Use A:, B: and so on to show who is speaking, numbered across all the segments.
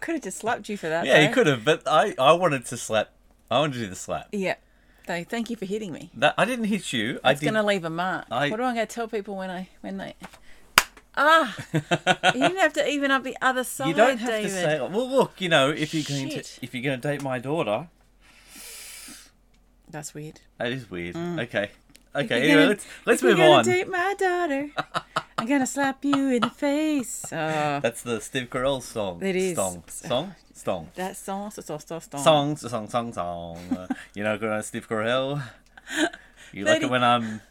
A: could have just slapped you for that.
B: Yeah,
A: though.
B: you could have, but I, I wanted to slap. I wanted to do the slap.
A: Yeah. No, thank you for hitting me.
B: That I didn't hit you. I
A: It's
B: did.
A: going to leave a mark.
B: I-
A: What do I going to tell people when I when they? Ah, you didn't have to even up the other side.
B: you don't have
A: David.
B: to say. Well, look, you know, if you're going
A: Shit.
B: to if you're going to date my daughter,
A: That's weird.
B: that is weird. Okay, okay.
A: Mm. you're
B: Anyway,
A: gonna-
B: let's let's
A: If you're
B: move
A: gonna
B: on.
A: date my daughter. I'm gonna slap you in the face. Oh,
B: That's the Steve Carell song.
A: It is.
B: Song. Song. Song.
A: that song, so so so song.
B: Song. Song. Song. Song. Uh, you know, good on Steve Carell. You like
A: Lady-
B: it when I'm.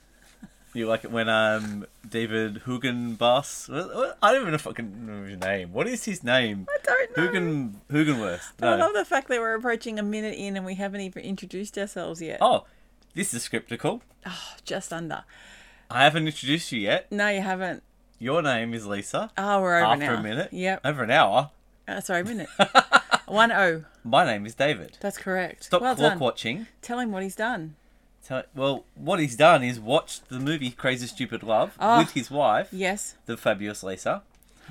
B: You like it when I'm David Hugenbass. What- what- I don't even fucking remember his name. What is his name?
A: I don't know.
B: Hugen Hugenworth.
A: I
B: No.
A: love the fact that we're approaching a minute in and we haven't even introduced ourselves yet.
B: Oh, this is scriptical.
A: Oh, just under.
B: I haven't introduced you yet.
A: No, you haven't.
B: Your name is Lisa.
A: Oh, we're over
B: After
A: now.
B: a minute.
A: Yep.
B: Over an hour.
A: Uh, sorry, a minute. One oh. O.
B: My name is David.
A: That's correct.
B: Stop
A: well
B: clock
A: done.
B: watching.
A: Tell him what he's done.
B: Tell, well, what he's done is watched the movie Crazy Stupid Love
A: Oh.
B: with his wife,
A: Yes.
B: the fabulous Lisa,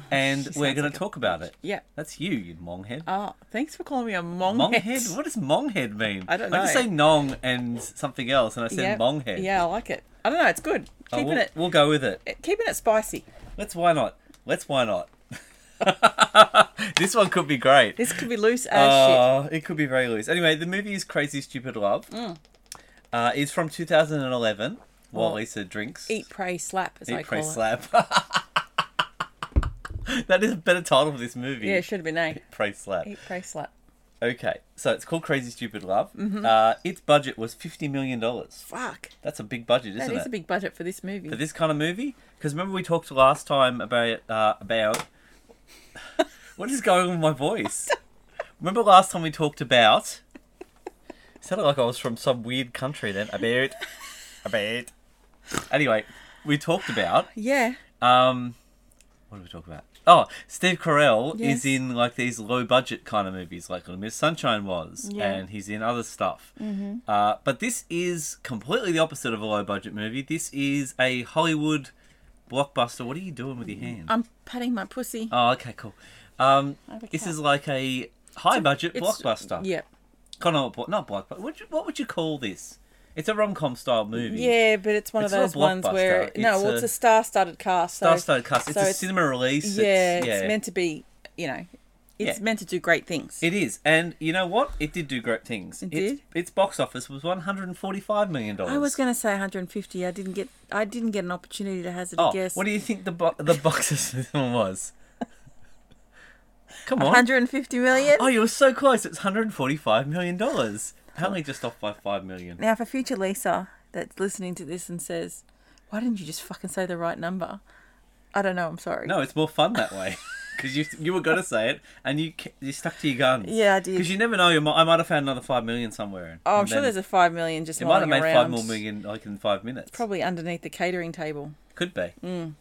B: and
A: she
B: we're
A: sounds like
B: going to
A: a
B: talk about it.
A: Yep.
B: That's you, you monghead.
A: Oh, thanks for calling me a monghead.
B: monghead? What does monghead mean?
A: I don't
B: I just
A: know.
B: say nong and something else, and I said
A: Yep.
B: monghead.
A: Yeah, I like it. I don't know. It's good.
B: Oh,
A: Keeping
B: we'll,
A: it,
B: we'll go with it.
A: it- keeping it spicy.
B: Let's why not? Let's why not? this one could be great.
A: This could be loose as shit. Mm.
B: Uh, it could be very loose. Anyway, the movie is Crazy Stupid Love. Uh, it's from 2011. While
A: Well,
B: Lisa drinks,
A: Oh. Eat, pray, slap, as I
B: Eat,
A: call
B: pray,
A: it.
B: slap. that is a better title for this movie.
A: Yeah, it should have been A.
B: Pray slap.
A: Eat, pray, slap.
B: Okay, so it's called Crazy Stupid Love.
A: Mm-hmm.
B: Uh, its budget was fifty million dollars.
A: Fuck.
B: That's a big budget, isn't
A: That is
B: it?
A: a big budget for this movie.
B: for this kind of movie? Because remember we talked last time about uh, about what is going on with my voice? Remember last time we talked about? Sounded like I was from some weird country then. About about. Anyway, we talked about
A: yeah.
B: um, what did we talk about? Oh, Steve Carell
A: Yes.
B: is in like these low budget kind of movies, like Little Miss Sunshine was,
A: Yeah.
B: and he's in other stuff. Mm-hmm. Uh, but this is completely the opposite of a low budget movie. This is a Hollywood blockbuster. What are you doing with your hand?
A: I'm patting my pussy.
B: oh, okay, cool. Um,
A: Mm. I have a
B: this
A: cat.
B: is like a high budget
A: It's-
B: blockbuster.
A: Yep.
B: kind of blo- not blockbuster. What, would you- what would you call this? It's a rom com style movie.
A: Yeah, but it's one
B: It's
A: of
B: not a
A: those ones where
B: blockbuster,
A: no,
B: it's
A: well, it's
B: a-
A: a star-studded cast. So,
B: Star Star Cast. It's
A: so
B: a cinema release.
A: yeah,
B: it's,
A: it's meant to be. You know, it's
B: Yeah.
A: meant to do great things.
B: It is, and you know what? It did do great things.
A: It
B: its,
A: did?
B: Its box office was one hundred and forty-five million dollars.
A: I was going to say 150. I didn't get. I didn't get an opportunity to hazard
B: Oh,
A: a guess.
B: what do you think the bo- the box office of this one was? Come on!
A: 150 million.
B: Oh, you were so close. It's hundred and forty-five million dollars. Apparently, just off by five million.
A: Now, for future Lisa that's listening to this and says, "Why didn't you just fucking say the right number?" I don't know. I'm sorry.
B: No, it's more fun that way. Because you you were gonna say it, and you ke- you stuck to your guns.
A: Yeah, I did.
B: Because you never know. You might, I might have found another five million somewhere.
A: Oh, I'm
B: and
A: sure
B: then
A: there's a five million just
B: It might have
A: lying
B: made
A: around.
B: five more million like in five minutes.
A: Probably underneath the catering table.
B: Could be.
A: mm.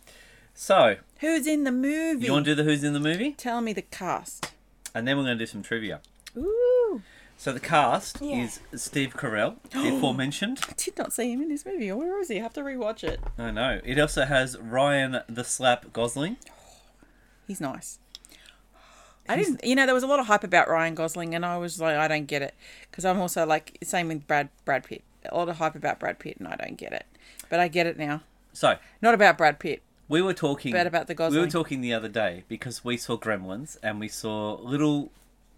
B: So,
A: Who's in the movie?
B: you want to do the who's in the movie?
A: Tell me the cast.
B: and then we're going to do some trivia.
A: Ooh,
B: So the cast
A: Yeah.
B: is Steve Carell, the aforementioned.
A: I did not see him in this movie. Where is he? I have to rewatch it.
B: I know. It also has Ryan the Slap Gosling.
A: He's nice. I didn't, you know, there was a lot of hype about Ryan Gosling, and I was like, I don't get it, because I'm also like same with Brad Brad Pitt. A lot of hype about Brad Pitt, and I don't get it, but I get it now.
B: So
A: Not about Brad Pitt.
B: we were talking
A: Bad about the
B: We were
A: Gosling.
B: talking the other day because we saw Gremlins and we saw little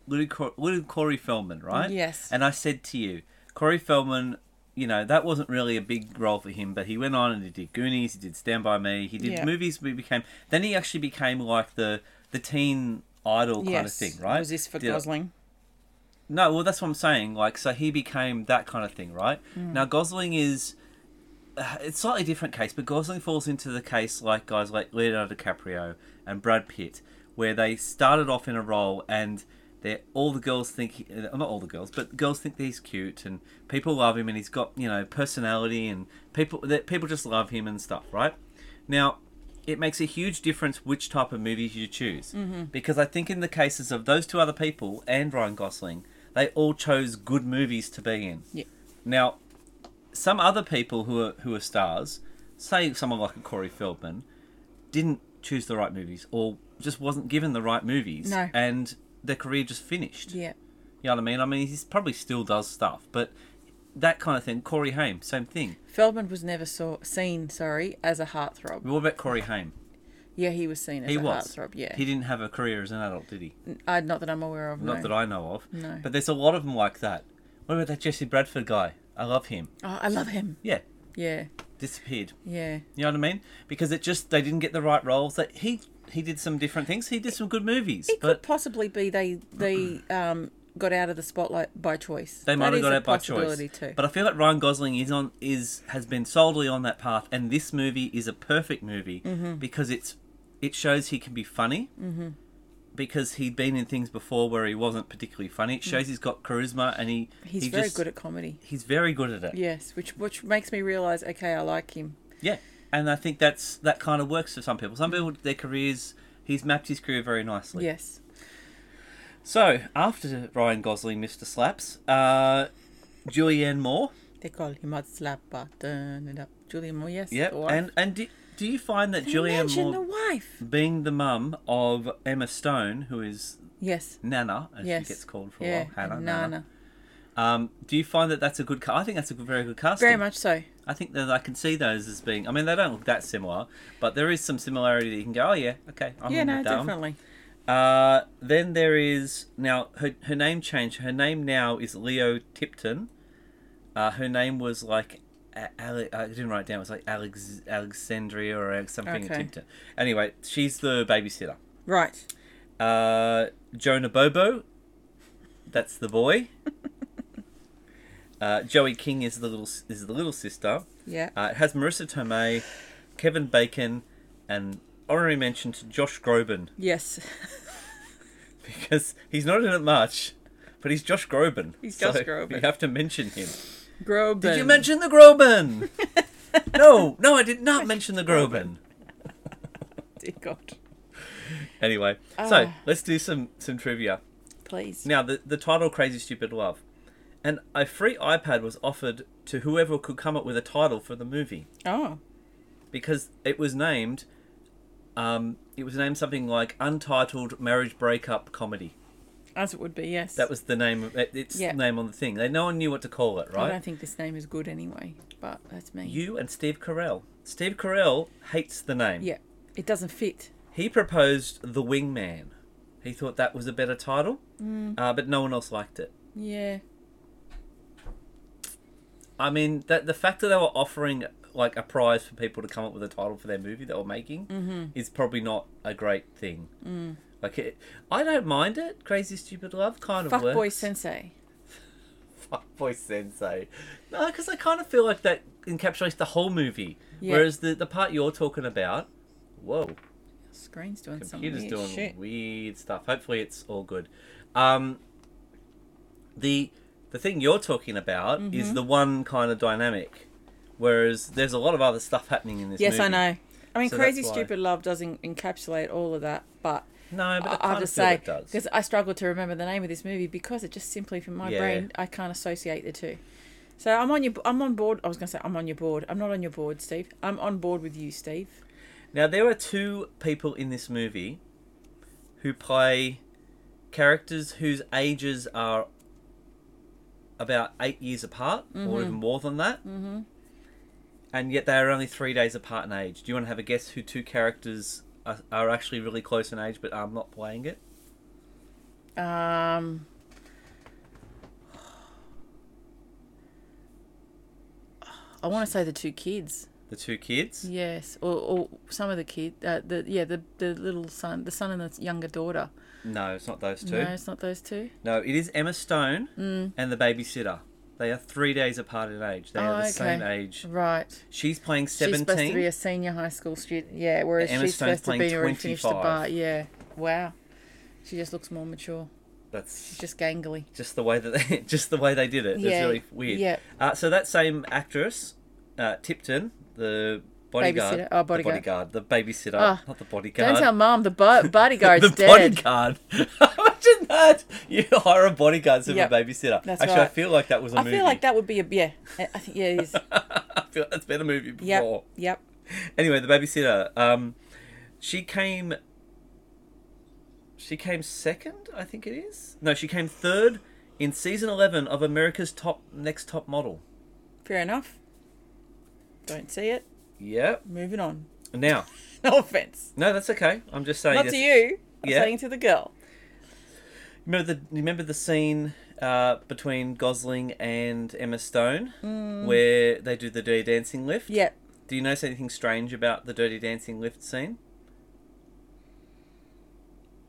B: little, Cor- little Corey Feldman, right?
A: Yes.
B: And I said to you, Corey Feldman. You know that wasn't really a big role for him, but he went on and he did Goonies, he did Stand by Me, he did
A: Yeah.
B: movies. We became then he actually became like the the teen idol kind of
A: yes.
B: thing, right?
A: Was this for
B: Did-
A: Gosling?
B: No, well, that's what I'm saying. Like, so he became that kind of thing, right? Now Gosling is uh, it's slightly different case, but Gosling falls into the case like guys like Leonardo DiCaprio and Brad Pitt, where they started off in a role and they all the girls think he, uh, not all the girls, but girls think that he's cute and people love him and he's got you know personality and people that people just love him and stuff, right? Now. It makes a huge difference which type of movies you choose. Mm-hmm. Because I think, in the cases of those two other people and Ryan Gosling, they all chose good movies to be in.
A: Yeah.
B: Now, some other people who are who are stars, say someone like a Corey Feldman, didn't choose the right movies or just wasn't given the right movies.
A: No.
B: And their career just finished.
A: Yeah.
B: You know what I mean? I mean, he probably still does stuff, but that kind of thing. Corey Haim, same thing.
A: Feldman was never saw, seen, sorry, as a heartthrob.
B: What about Corey Haim?
A: Yeah, he was seen as
B: He
A: a
B: was.
A: heartthrob. uh, Yeah,
B: He didn't have a career as an adult, did he?
A: uh, not that I'm aware of.
B: Not
A: no.
B: that I know of.
A: No.
B: But there's a lot of them like that. What about that Jesse Bradford guy? I love him.
A: Oh, I love him.
B: Yeah,
A: Yeah,
B: disappeared.
A: yeah.
B: You know what I mean? Because it just they didn't get the right roles. That he he did some different things. He did some good movies,
A: It could
B: but
A: possibly be they they um got out of the spotlight by choice.
B: they might
A: That
B: have
A: is
B: got
A: a
B: out by choice.
A: possibility Too.
B: But I feel like Ryan Gosling is on is has been solely on that path, and this movie is a perfect movie
A: Mm-hmm.
B: because it's it shows he can be funny. Because he'd been in things before where he wasn't particularly funny. It shows he's got charisma and he
A: Mm. he's
B: he
A: very
B: just-
A: good at comedy.
B: he's very good at it.
A: Yes, which which makes me realize, okay, I like him.
B: Yeah, and I think that's that kind of works for some people. Some
A: Mm-hmm.
B: people, their careers, he's mapped his career very nicely.
A: Yes,
B: So after Ryan Gosling, Mr. Slaps, uh, Julianne Moore.
A: they call him hot slapper. Turn it up, Julian Moore. Yes.
B: Yep.
A: the wife.
B: And and do, do you find that Julianne
A: Imagine
B: Moore
A: the wife.
B: being the mum of Emma Stone, who is
A: Yes.
B: Nana, as
A: Yes.
B: she gets called for a
A: Yeah.
B: while, Hannah,
A: and
B: Nana.
A: Nana.
B: Um, do you find that that's a good? Ca- I think that's a good, very good casting.
A: Very much so.
B: I think that I can see those as being. I mean, they don't look that similar, but there is some similarity that you can go, oh yeah, okay, I'm
A: yeah.
B: on
A: No.
B: with that one.
A: Definitely.
B: Uh, then there is now her her name changed. Her name now is Leo Tipton. Uh, her name was like A- Ale- I didn't write it down. It was like Alex Alexandria or something
A: Okay.
B: Tipton. Anyway, she's the babysitter.
A: Right.
B: Uh, Jonah Bobo, that's the boy. uh, Joey King is the little s- is the little sister.
A: Yeah.
B: Uh, it has Marissa Tomei, Kevin Bacon, and honorary mention to Josh Groban
A: yes.
B: because he's not in it much, but he's Josh Groban.
A: He's Josh Groban.
B: You have to mention him.
A: Groban.
B: Did you mention the Groban? no, no, I did not mention the Groban.
A: Dear God.
B: Anyway, so
A: Ah.
B: let's do some some trivia.
A: Please.
B: Now, the the title "Crazy Stupid Love," and a free iPad was offered to whoever could come up with a title for the movie
A: Oh.
B: because it was named. Um, it was named something like "Untitled Marriage Breakup Comedy."
A: As it would be, yes.
B: That was the name. of it- It's
A: Yeah.
B: name on the thing. They no one knew what to call it,
A: I
B: right?
A: don't think this name is good anyway, but that's me.
B: You and Steve Carell. Steve Carell hates the name.
A: yeah, it doesn't fit.
B: He proposed The Wingman. He thought that was a better title,
A: Mm.
B: uh, but no one else liked it.
A: Yeah,
B: I mean, that the fact that they were offering like a prize for people to come up with a title for their movie they were making
A: Mm-hmm.
B: is probably not a great thing.
A: Mm.
B: Like, it, I don't mind it. Crazy Stupid Love kind of works.
A: fuckboy sensei.
B: Fuckboy Sensei. No, because I kind of feel like that encapsulates the whole movie.
A: Yeah.
B: Whereas the, the part you're talking about, whoa.
A: Screen's doing something.
B: Computer's
A: weird
B: doing
A: shit.
B: weird stuff. Hopefully, it's all good. Um, the the thing you're talking about
A: Mm-hmm.
B: is the one kind of dynamic, whereas there's a lot of other stuff happening in this.
A: Yes, I
B: movie.
A: know. I mean,
B: So
A: crazy
B: that's why-
A: stupid love doesn't encapsulate all of that, but
B: No, but I,
A: I-
B: kind
A: I'll
B: of
A: just
B: feel
A: say
B: it does.
A: because I struggle to remember the name of this movie because it just simply from my
B: Yeah.
A: brain I can't associate the two. So I'm on your, I'm on board. I was gonna say I'm on your board. I'm not on your board, Steve. I'm on board with you, Steve.
B: Now there are two people in this movie who play characters whose ages are about eight years apart, or even more than that. Mm-hmm. And yet they are only three days apart in age. Do you want to have a guess who two characters are, are actually really close in age, but are not playing it?
A: Um, I want to say the two kids.
B: The two kids.
A: Yes, or, or some of the kid. Uh, the yeah, the the little son, the son and the younger daughter.
B: No, it's not those two.
A: No, Mm.
B: No,
A: it's not those two.
B: it is Emma Stone and the babysitter. They are three days apart in age. They
A: Oh,
B: are the
A: okay.
B: same age.
A: Right.
B: She's playing
A: She's
B: seventeen.
A: supposed to be a senior high school student. Yeah, whereas
B: Emma
A: she's
B: Stone's
A: supposed to
B: playing
A: be already finished the
B: 25.
A: bar. Yeah. Wow. She just looks more mature.
B: That's
A: Just gangly.
B: just the way that they, just the way they did it.
A: Yeah,
B: It's really weird.
A: yeah.
B: Uh, so that same actress, uh, Tipton, the bodyguard,
A: Babysitter- oh, bodyguard.
B: the bodyguard, the babysitter,
A: Ah,
B: not the bodyguard.
A: Don't tell mum the bo- bodyguard's
B: the
A: dead.
B: bodyguard. Imagine that you hire a bodyguard to
A: Yep,
B: a babysitter.
A: that's
B: Actually, I
A: right.
B: feel like that was a
A: I
B: movie.
A: feel like that would be a yeah. I I think yeah. It is.
B: I feel like that's been a movie
A: Yep.
B: before.
A: Yep.
B: Anyway, the babysitter. Um, she came. She came second, I think it is. No, she came third in season 11 of America's Top Next Top Model.
A: Fair enough. Don't see it.
B: Yep.
A: Moving on.
B: Now,
A: No offense.
B: no, that's okay. I'm just saying.
A: Not
B: it's-
A: to you. I'm
B: Yeah.
A: saying to the girl.
B: Remember the remember the scene uh, between Gosling and Emma Stone
A: Hmm.
B: where they do the Dirty Dancing lift.
A: Yep.
B: Do you notice anything strange about the Dirty Dancing lift scene?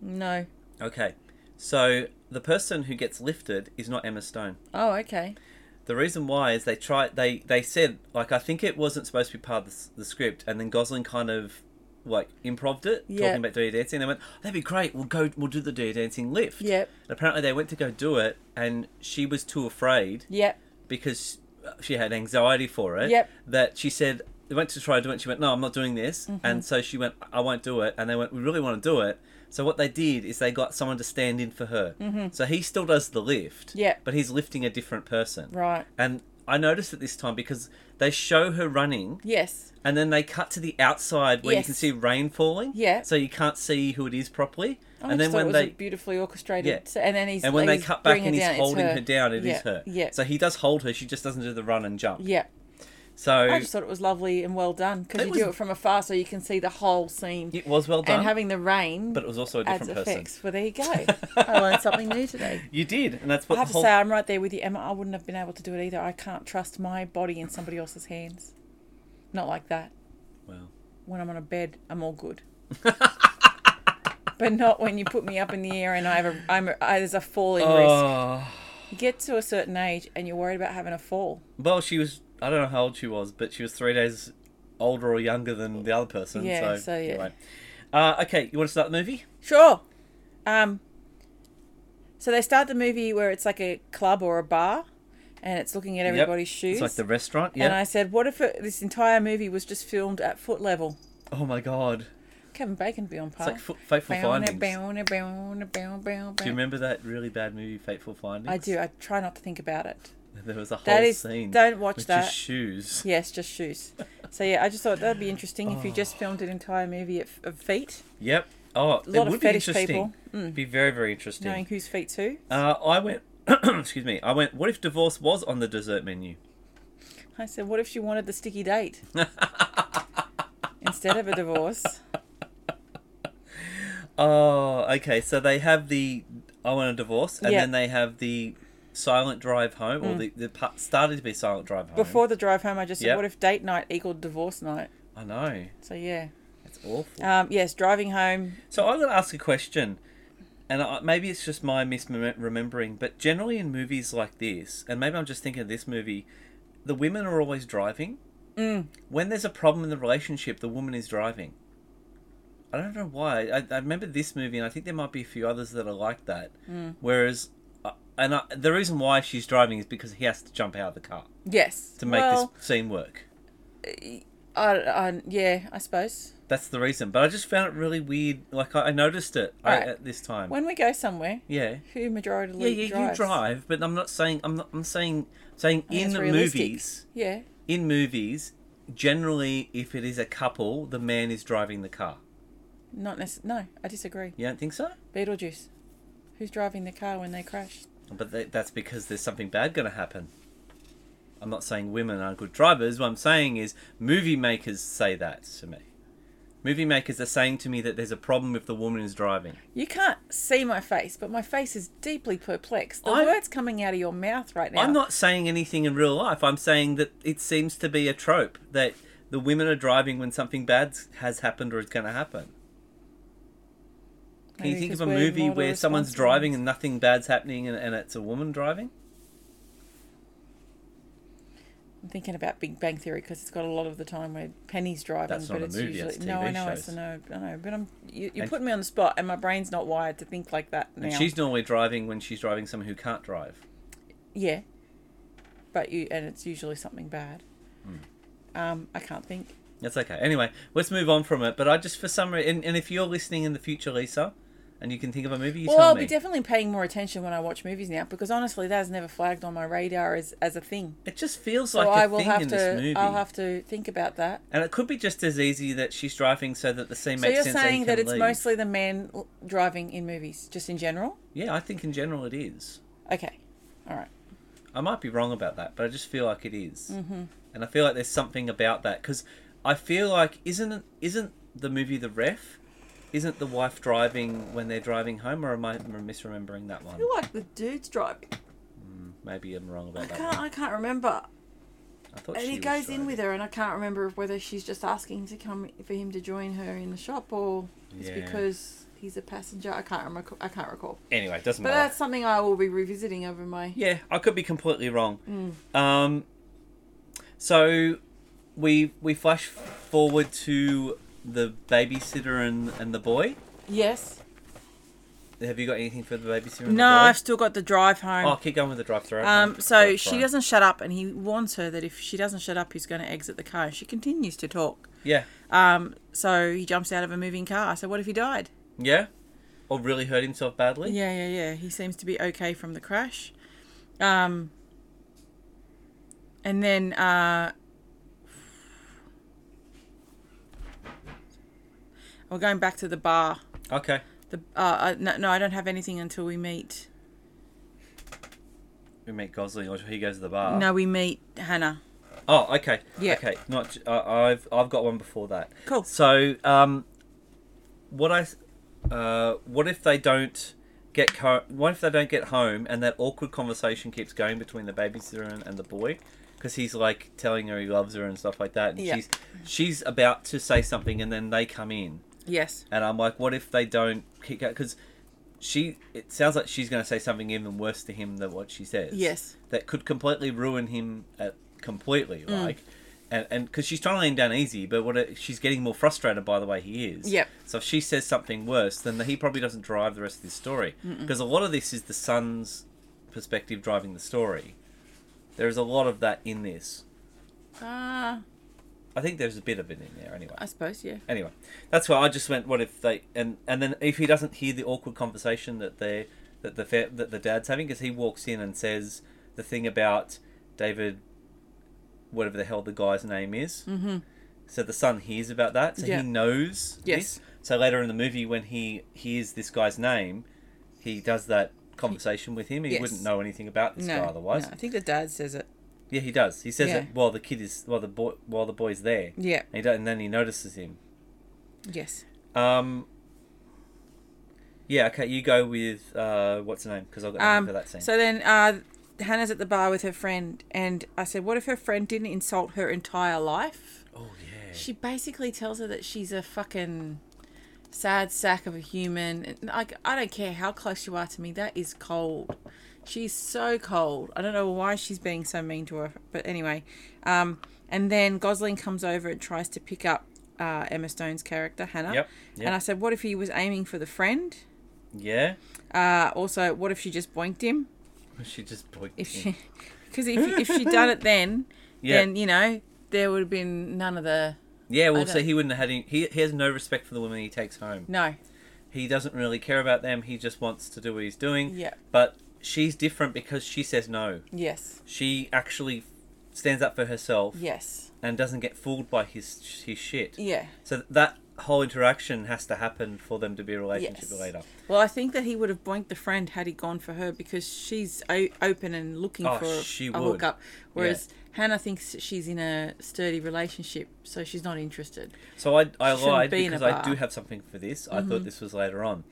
A: No.
B: Okay, so the person who gets lifted is not Emma Stone.
A: Oh, okay.
B: The reason why is they tried they they said like I think it wasn't supposed to be part of the, s- the script, and then Gosling kind of like improved it,
A: Yeah.
B: talking about dirty dancing. They went, "That'd be great. We'll go. We'll do the dirty dancing lift."
A: Yep.
B: And apparently, they went to go do it, and she was too afraid
A: Yep.
B: because she had anxiety for it.
A: Yep.
B: That she said they went to try to do it. She went, "No, I'm not doing this."
A: Mm-hmm.
B: And so she went, "I won't do it." And they went, "We really want to do it." So what they did is they got someone to stand in for her. Mm-hmm. So he still does the lift.
A: Yep.
B: But he's lifting a different person.
A: Right.
B: And I noticed it this time because they show her running
A: Yes.
B: and then they cut to the outside where you
A: Yes.
B: can see rain falling.
A: Yeah. Oh,
B: So you can't see who it is properly.
A: I just
B: and then
A: thought it
B: when
A: was
B: they
A: a beautifully orchestrated.
B: Yeah.
A: s- and then he's
B: and when
A: like,
B: they
A: he's
B: cut back
A: bringing
B: and he's
A: down, it's
B: holding her. down, it is
A: yeah.
B: her.
A: Yeah.
B: So he does hold her. She just doesn't do the run and jump.
A: yeah.
B: So
A: I just thought it was lovely and well done because
B: It
A: you
B: was-
A: do it from afar so you can see the whole scene.
B: it was well done,
A: And having the rain
B: but it was also a
A: adds
B: different person.
A: effects. Well, there you go. I learned something new today.
B: You did, and that's what
A: I have to
B: the whole.
A: say, I'm right there with you, Emma. I wouldn't have been able to do it either. I can't trust my body in somebody else's hands. Not like that.
B: Well,
A: When I'm on a bed, I'm all good. but not when you put me up in the air and I have a, I'm a, I, there's a falling risk.
B: oh,
A: You get to a certain age and you're worried about having a fall.
B: well, she was. I don't know how old she was, but she was three days older or younger than the other person.
A: Yeah,
B: So,
A: so, yeah.
B: Anyway. Uh, okay, you want to start the movie?
A: Sure. Um, so they start the movie where it's like a club or a bar, and it's looking at everybody's shoes.
B: It's like the restaurant.
A: And
B: Yeah.
A: I said, what if it, this entire movie was just filmed at foot level?
B: Oh my god,
A: Kevin Bacon be on
B: it's
A: par.
B: like F- Fateful Findings. Do
A: Do
B: you remember that really bad movie, Fateful Findings?
A: I do. I try not to think about it.
B: There was a whole
A: That is-
B: scene.
A: don't watch
B: with
A: that.
B: Just shoes.
A: Yes, just shoes. So yeah, I just thought that'd be interesting if you
B: Oh.
A: just filmed an entire movie of, of feet,
B: Yep. Oh, it
A: lot of
B: would be
A: fetish people.
B: interesting.
A: Mm.
B: Be very, very interesting.
A: knowing whose feet's who.
B: Uh, I went. excuse me. I went. What if divorce was on the dessert menu?
A: I said, what if she wanted the sticky date instead of a divorce?
B: Oh, okay. So they have the I want a divorce, and
A: Yeah.
B: then they have the silent drive home, or the the part started to be silent drive home.
A: Mm. Before the drive home, I just said,
B: Yep.
A: what if date night equaled divorce night?
B: I know
A: So yeah,
B: it's awful.
A: um, yes, driving home.
B: so I'm gonna ask a question, and I, maybe it's just my misremembering, but generally in movies like this, and maybe I'm just thinking of this movie, the women are always driving.
A: Mm.
B: When there's a problem in the relationship, the woman is driving. I don't know why. I, I remember this movie, and I think there might be a few others that are like that.
A: Mm.
B: Whereas, uh, and I, the reason why she's driving is because he has to jump out of the car
A: Yes.
B: to make
A: well,
B: this scene work.
A: I, I, yeah, I suppose.
B: That's the reason. But I just found it really weird. Like I, I noticed it I,
A: Alright.
B: at this time.
A: When we go somewhere,
B: yeah.
A: who majority
B: Yeah, yeah, you
A: drives?
B: drive, but I'm not saying I'm not. I'm saying saying
A: think
B: in
A: it's realistic.
B: movies.
A: Yeah.
B: In movies, generally, if it is a couple, the man is driving the car.
A: Not necess- No, I disagree.
B: You don't think so?
A: Beetlejuice. Who's driving the car when they crash?
B: But tha- that's because there's something bad going to happen. I'm not saying women are good drivers. What I'm saying is movie makers say that to me. Movie makers are saying to me that there's a problem if the woman is driving.
A: You can't see my face, but my face is deeply perplexed. The
B: I'm-
A: words coming out of your mouth right now.
B: I'm not saying anything in real life. I'm saying that it seems to be a trope that the women are driving when something bad has happened or is going to happen. Can you
A: Maybe
B: think of
A: 'cause
B: a
A: we're
B: movie
A: more
B: where someone's
A: responsible.
B: driving and nothing bad's happening and, and it's a woman driving?
A: I'm thinking about Big Bang Theory because it's got a lot of the time where Penny's driving,
B: That's
A: but
B: not a
A: it's
B: movie,
A: usually
B: that's
A: no.
B: TV
A: I know,
B: shows.
A: it's I know, I know. But I'm you, you're
B: And-
A: putting me on the spot, and my brain's not wired to think like that now.
B: And she's normally driving when she's driving someone who can't drive.
A: yeah, but you and it's usually something bad.
B: Hmm.
A: Um, I can't think.
B: That's okay. Anyway, let's move on from it. But I just, for some reason, and, and if you're listening in the future, Lisa, and you can think of a movie. You
A: Well,
B: tell
A: I'll
B: me.
A: be definitely paying more attention when I watch movies now because honestly, that has never flagged on my radar as, as a thing.
B: it just feels
A: So
B: like a
A: I will
B: thing in
A: have
B: this
A: to.
B: movie,
A: I'll have to think about that.
B: and it could be just as easy that she's driving so that the scene
A: So
B: makes
A: you're
B: sense.
A: saying
B: that,
A: that
B: he can
A: it's
B: leave.
A: mostly the man l- driving in movies, just in general?
B: yeah. I think in general it is.
A: Okay, all right.
B: I might be wrong about that, but I just feel like it is.
C: Mm-hmm.
B: and I feel like there's something about that because I feel like isn't isn't the movie The Ref? Isn't the wife driving when they're driving home, or am I misremembering that one?
C: feel like the dude's driving.
B: Maybe I'm wrong
C: I
B: about that.
C: can't.
B: One.
C: I can't remember.
B: I thought
C: And
B: she
C: he
B: was
C: goes in
B: driving.
C: with her, and I can't remember whether she's just asking to come for him to join her in the shop, or it's
B: Yeah.
C: because he's a passenger. I can't remember. I can't recall.
B: Anyway, it doesn't
C: But
B: matter.
C: that's something I will be revisiting over my.
B: Yeah, I could be completely wrong.
C: Mm.
B: Um, so we we flash forward to the babysitter and, and the boy.
A: Yes.
B: Have you got anything for the babysitter? And
A: No,
B: the boy?
A: I've still got the drive home.
B: Oh, keep going with the drive-through.
A: Um, so she doesn't shut up, and he warns her that if she doesn't shut up, he's going to exit the car. She continues to talk.
B: Yeah,
A: Um, so he jumps out of a moving car. So what if he died?
B: yeah, or really hurt himself badly.
A: Yeah, yeah, yeah. He seems to be okay from the crash. Um, and then uh, we're going back to the bar.
B: Okay.
A: The uh, uh, no, no, I don't have anything until we meet.
B: We meet Gosling, or he goes to the bar.
A: No, we meet Hannah.
B: Oh, okay.
A: Yeah.
B: Okay. Not. I I've I've got one before that.
A: Cool.
B: So, um, what I, uh, what if they don't get co- what if they don't get home and that awkward conversation keeps going between the babysitter and, and the boy, because he's like telling her he loves her and stuff like that, and
A: Yeah.
B: she's she's about to say something and then they come in
A: Yes.
B: and I'm like, what if they don't kick out? Because she, it sounds like she's going to say something even worse to him than what she says.
A: Yes.
B: that could completely ruin him at, completely,
A: Mm.
B: like, and and because she's trying to lay him down easy, but what it, she's getting more frustrated by the way he is.
A: Yep.
B: So if she says something worse, then he probably doesn't drive the rest of this story because a lot of this is the son's perspective driving the story. There is a lot of that in this.
A: Uh,
B: I think there's a bit of it in there anyway.
A: I suppose yeah.
B: Anyway, that's why I just went. What if they and and then if he doesn't hear the awkward conversation that they that the fa- that the dad's having because he walks in and says the thing about David, whatever the hell the guy's name is. Mm-hmm. So the son hears about that, so
A: Yeah.
B: he knows.
A: Yes.
B: this. So later in the movie, when he hears this guy's name, he does that conversation with him. He
A: Yes.
B: wouldn't know anything about this guy
A: No,
B: otherwise.
A: no, I think the dad says it.
B: Yeah, he does. He says
A: Yeah.
B: it while the kid is while the boy while the boy's there.
A: Yeah.
B: And, he don't, and then he notices him.
A: Yes.
B: Um. Yeah. Okay. You go with uh, what's her name? Because I've got nothing
A: Um,
B: for that scene.
A: So then uh, Hannah's at the bar with her friend, and I said, What if her friend didn't insult her entire life?
B: oh yeah.
A: She basically tells her that she's a fucking sad sack of a human. And, Like, I don't care how close you are to me, that is cold. She's so cold. I don't know why she's being so mean to her, but anyway. Um, and then Gosling comes over and tries to pick up uh, Emma Stone's character, Hannah.
B: Yep, yep.
A: And I said, What if he was aiming for the friend?
B: Yeah.
A: Uh, also, what if she just boinked him?
B: She just boinked
A: if
B: him.
A: she because if, if she'd done it then
B: Yeah.
A: then you know there would have been none of the
B: yeah. Well, so
A: don't-
B: he wouldn't have had any. He, he has no respect for the women he takes home.
A: no
B: He doesn't really care about them. He just wants to do what he's doing.
A: Yeah.
B: But she's different because she says no.
A: yes
B: She actually stands up for herself
A: yes
B: and doesn't get fooled by his his shit.
A: yeah
B: So that whole interaction has to happen for them to be a relationship
A: Yes.
B: later.
A: well i think that he would have boinked the friend had he gone for her because she's o- open and looking
B: Oh,
A: for
B: she
A: a
B: would.
A: hookup whereas hannah thinks that she's in a sturdy relationship so she's not interested
B: So I, I
A: Shouldn't
B: lied
A: be in a
B: because I
A: bar. Mm-hmm.
B: do have something for this. I thought this was later on.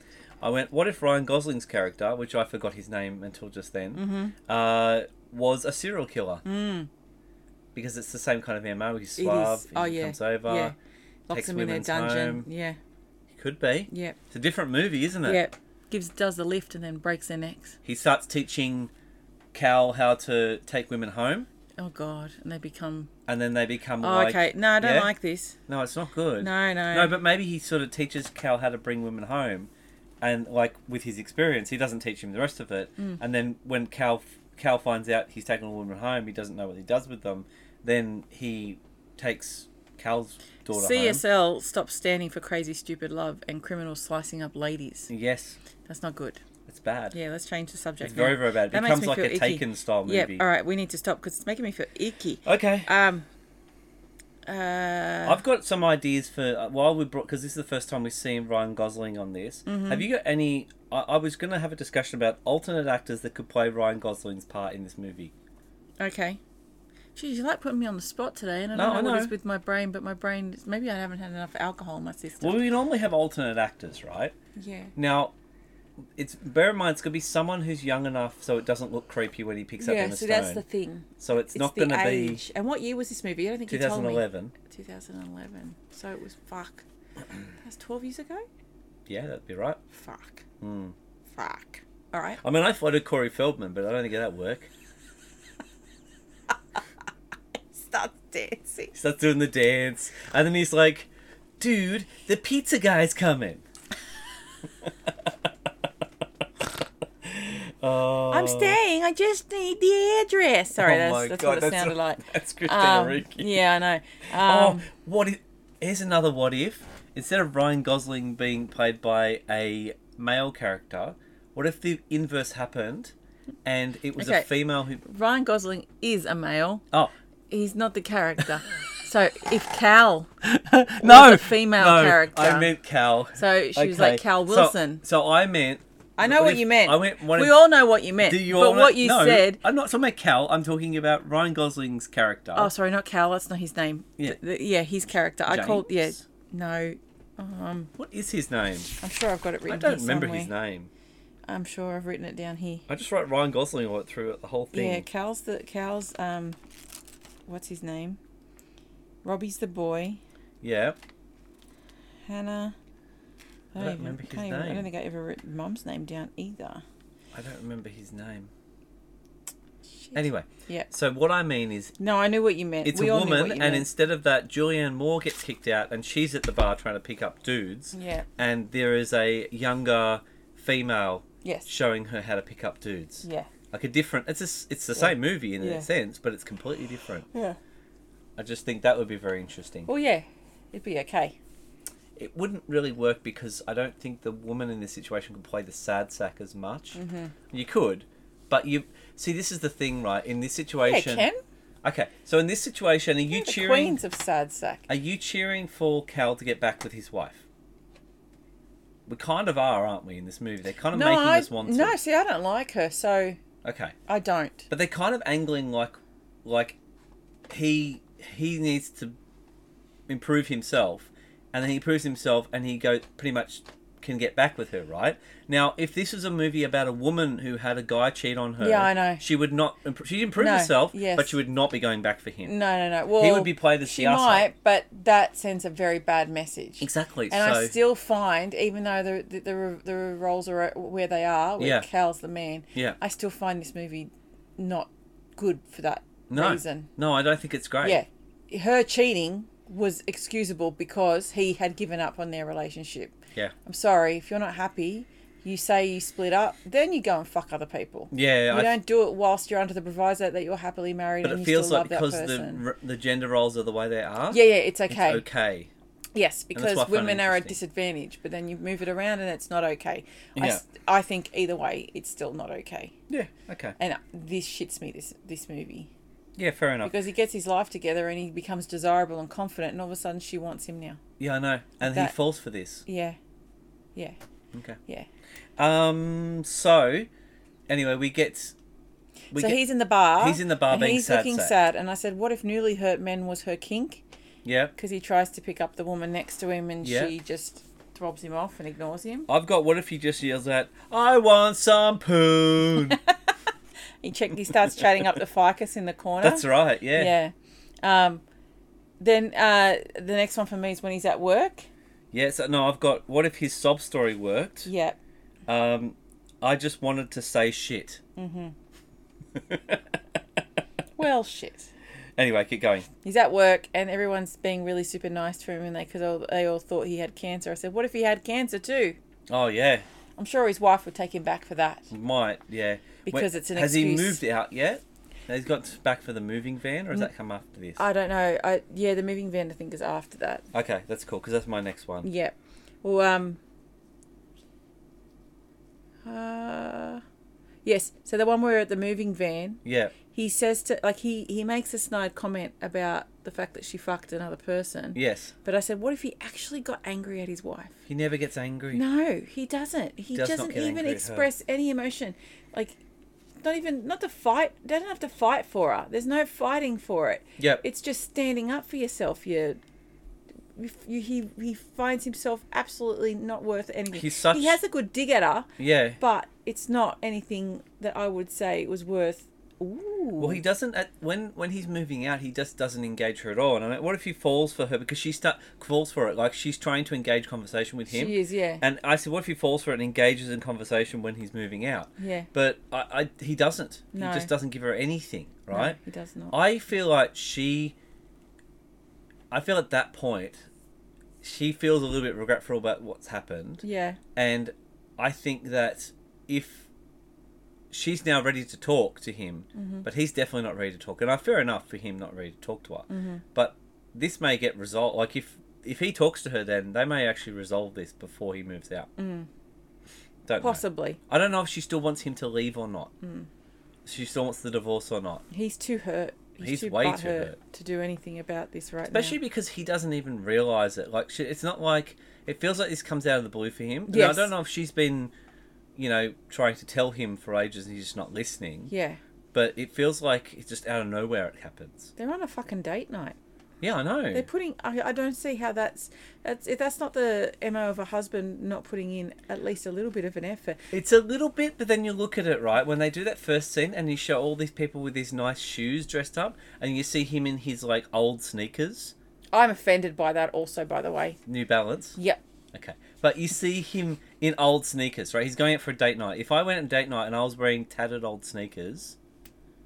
B: I went, what if Ryan Gosling's character, which I forgot his name until just then,
A: Mm-hmm.
B: uh, was a serial killer? Because it's the same kind of MO. He's
A: Mm. It is.
B: Slav. He
A: Oh, yeah.
B: comes over.
A: Yeah. locks
B: Takes
A: them in their
B: women's
A: dungeon
B: home.
A: yeah
B: He could be.
A: Yep.
B: It's a different movie, isn't it?
A: yep gives does the lift and then breaks their necks
B: He starts teaching Cal how to take women home,
A: oh god and they become
B: and then they become
A: oh
B: like...
A: okay no i don't
B: Yeah?
A: like this
B: No, it's not good.
A: No, no.
B: No, but maybe he sort of teaches Cal how to bring women home, and like with his experience, he doesn't teach him the rest of it.
A: Mm.
B: And then when Cal Cal finds out he's taken a woman home, he doesn't know what he does with them. Then he takes Cal's daughter. home.
A: CSL stops standing for crazy, stupid love and criminals slicing up ladies.
B: Yes,
A: That's not good.
B: it's bad.
A: Yeah, let's change the subject.
B: It's very,
A: now.
B: very bad. It
A: That makes
B: becomes
A: me
B: like
A: feel
B: a
A: icky.
B: Taken style movie.
A: Yep. All right, we need to stop because it's making me feel icky.
B: Okay.
A: Um. Uh.
B: I've got some ideas for uh, while we brought because this is the first time we've seen Ryan Gosling on this.
A: Mm-hmm.
B: Have you got any? I, I was going to have a discussion about alternate actors that could play Ryan Gosling's part in this movie.
A: Okay. Geez, you like putting me on the spot today, and I
B: No,
A: don't
B: I
A: know, what
B: know.
A: is with my brain, but my brain maybe I haven't had enough alcohol in my system.
B: Well, we normally have alternate actors, right?
A: yeah.
B: Now, it's bear in mind it's going to be someone who's young enough so it doesn't look creepy when he picks up
A: Yeah.
B: Emma
A: So
B: Stone.
A: that's the thing.
B: so it's,
A: It's
B: not
A: the
B: going to be
A: age. And what year was this movie? I don't think you told me.
B: 2011.
A: 2011. So it was fuck. That's 12 years ago.
B: Yeah, that'd be right.
A: Fuck.
B: Hmm.
A: Fuck. All right.
B: I mean, I floated Corey Feldman, but I don't think that'd work.
A: Start dancing.
B: starts doing the dance, and then he's like, "Dude, the pizza guy's coming." oh,
A: I'm staying. I just need the address. Sorry, that's, that's what it sounded like.
B: That's Christina
A: Um,
B: Ricci.
A: yeah, I know.
B: Oh,
A: Um,
B: what if? Here's another what if. Instead of Ryan Gosling being played by a male character, what if the inverse happened, and it was a
A: Okay.
B: female who?
A: Ryan Gosling is a male.
B: Oh
A: He's not the character. so if Cal,
B: no,
A: a female
B: no,
A: character.
B: I meant Cal.
A: so she was
B: Okay,
A: like Cal
B: so-
A: Wilson.
B: So, I meant.
A: I know what
B: if-
A: you meant.
B: I went. What
A: we
B: if-
A: all know what you meant.
B: Do you
A: but
B: all know-
A: what you
B: no,
A: said.
B: I'm not talking about Cal. I'm talking about Ryan Gosling's character.
A: Oh, sorry, not Cal. That's not his name.
B: Yeah.
A: Th- th- yeah, his character. I called. Yeah,
B: James?
A: no. Um,
B: What is his name?
A: I'm sure I've got it
B: I
A: written.
B: don't
A: here
B: remember
A: somewhere.
B: his name.
A: I'm sure I've written it down here.
B: I just write Ryan Gosling all through the whole thing.
A: Yeah, Cal's the Cal's um, what's his name? Robbie's the boy.
B: Yeah.
A: Hannah. I don't,
B: I don't
A: even,
B: remember his
A: can't even- I
B: name.
A: don't think I ever wrote Mum's name down either.
B: I don't remember his name.
A: Shit.
B: Anyway,
A: Yeah.
B: so what I mean is,
A: No, I knew what you meant.
B: it's
A: we
B: a
A: all knew what
B: woman,
A: you
B: and
A: meant.
B: instead of that, Julianne Moore gets kicked out, and she's at the bar trying to pick up dudes,
A: Yeah.
B: and there is a younger female
A: Yes.
B: showing her how to pick up dudes.
A: Yeah.
B: Like a different. It's a s it's the same movie in
A: Yeah.
B: a sense, but it's completely different.
A: Yeah.
B: I just think that would be very interesting.
A: Well, yeah. It'd be okay.
B: It wouldn't really work because I don't think the woman in this situation could play the sad sack as much. Mm-hmm. You could, but you see, this is the thing, right? In this
A: Yeah,
B: situation,
A: Ken.
B: okay. So in this situation, are you
A: You're the
B: cheering?
A: queens of sad sack.
B: Are you cheering for Cal to get back with his wife? We kind of are, aren't we? In this movie, they're kind of
A: No,
B: making
A: I,
B: us want to.
A: no. See, I don't like her, so
B: Okay,
A: I don't.
B: but they're kind of angling like, like, he he needs to improve himself, and then he proves himself, and he go pretty much can get back with her, right? Now, if this was a movie about a woman who had a guy cheat on her,
A: Yeah, I know.
B: she would not. imp- She'd improve
A: No,
B: herself,
A: yes.
B: but she would not be going back for him.
A: No, no, no. Well,
B: He would be played as
A: she
B: the arsehole.
A: might, but that sends a very bad message.
B: Exactly.
A: And
B: so
A: I still find, even though the the, the, the roles are where they are, where
B: Yeah.
A: Cal's the man,
B: Yeah.
A: I still find this movie not good for that
B: no,
A: reason.
B: no, I don't think it's great.
A: Yeah, her cheating was excusable because he had given up on their relationship.
B: yeah.
A: I'm sorry if you're not happy. You say you split up, then you go and fuck other people.
B: Yeah,
A: you
B: I-
A: don't do it whilst you're under the proviso that you're happily married
B: But
A: and
B: it
A: you
B: feels
A: still
B: like
A: love
B: because
A: that
B: the
A: person.
B: r- the gender roles are the way they are.
A: yeah, yeah, it's
B: it's
A: okay.
B: okay.
A: Yes,
B: that's why I
A: because
B: find it
A: women are at
B: interesting.
A: disadvantage, but then you move it around and it's not okay. I
B: Yeah.
A: s I I, think either way, it's still not okay.
B: Yeah, okay.
A: And this shits me, this this movie.
B: Yeah, fair enough.
A: Because he gets his life together and he becomes desirable and confident, and all of a sudden she wants him now.
B: yeah, I know. And he
A: that-
B: falls for this.
A: Yeah. Yeah.
B: Okay.
A: Yeah.
B: Um. So, anyway, we get. We
A: so
B: get,
A: he's in the bar.
B: he's in the bar
A: and
B: being
A: he's
B: sad
A: looking
B: sack.
A: sad. And I said, what if newly hurt men was her kink?
B: yeah.
A: Because he tries to pick up the woman next to him and
B: Yeah.
A: she just throbs him off and ignores him.
B: I've got. What if he just yells out, "I want some poon."
A: He checked. He starts chatting up the ficus in the corner.
B: That's right. Yeah. yeah.
A: Yeah. Um, then uh, the next one for me is when he's at work.
B: so, no, I've got. What if his sob story worked?
A: Yeah.
B: Um, I just wanted to say shit.
A: Mm-hmm. Well, shit.
B: Anyway, keep going.
A: He's at work and everyone's being really super nice to him, and they because all, they all thought he had cancer. I said, "What if he had cancer too?"
B: Oh yeah,
A: I'm sure his wife would take him back for that.
B: might yeah. When-
A: Because it's an
B: has he
A: excuse.
B: moved out yet? Now he's got back for the moving van, or has that come after this?
A: I don't know. I yeah, the moving van I think is after that.
B: Okay, that's cool because that's my next one.
A: Yeah. Well, um. Uh, yes. So the one where at the moving van,
B: Yeah,
A: he says to like he he makes a snide comment about the fact that she fucked another person.
B: yes.
A: But I said, what if he actually got angry at his wife?
B: He never gets angry.
A: No, he doesn't. He
B: Does not
A: doesn't
B: get
A: even
B: angry at her.
A: express any emotion. Like, not even not to fight. Doesn't have to fight for her. There's no fighting for it.
B: Yep.
A: It's just standing up for yourself. You, you he he finds himself absolutely not worth anything.
B: He's such-
A: He has a good dig at her,
B: yeah.
A: but it's not anything that I would say was worth. Ooh.
B: Well, he doesn't. At, when when he's moving out, he just doesn't engage her at all. And I mean, what if he falls for her because she start falls for it? Like she's trying to engage conversation with him.
A: She is, yeah.
B: And I said, what if he falls for it and engages in conversation when he's moving out?
A: Yeah.
B: But I, I he doesn't.
A: No.
B: He just doesn't give her anything,
A: No,
B: right?
A: he does not.
B: I feel like she. I feel at that point, she feels a little bit regretful about what's happened,
A: yeah.
B: and I think that if she's now ready to talk to him, but he's definitely not ready to talk, and I fair enough for him not ready to talk to her, but this may get resolved. Like if if he talks to her, then they may actually resolve this before he moves out. Don't know.
A: Possibly.
B: I don't know if she still wants him to leave or not. She still wants the divorce or not.
A: He's too hurt.
B: He's way too
A: butthurt
B: hurt.
A: to do anything about this right
B: especially
A: now.
B: because he doesn't even realize it. Like she, it's not like it feels like this comes out of the blue for him. Now, I
A: Yes.
B: don't know if she's been, you know, trying to tell him for ages and he's just not listening.
A: Yeah.
B: But it feels like it's just out of nowhere it happens.
A: They're on a fucking date night.
B: Yeah, I know.
A: They're putting. I, I don't see how that's that's if that's not the mo of a husband not putting in at least a little bit of an effort.
B: It's a little bit, but then you look at it right when they do that first scene, and you show all these people with these nice shoes dressed up, and you see him in his like old sneakers,
A: I'm offended by that. Also, by the way,
B: New Balance.
A: yep.
B: Okay. But you see him in old sneakers, right? He's going out for a date night. If I went on date night and I was wearing tattered old sneakers,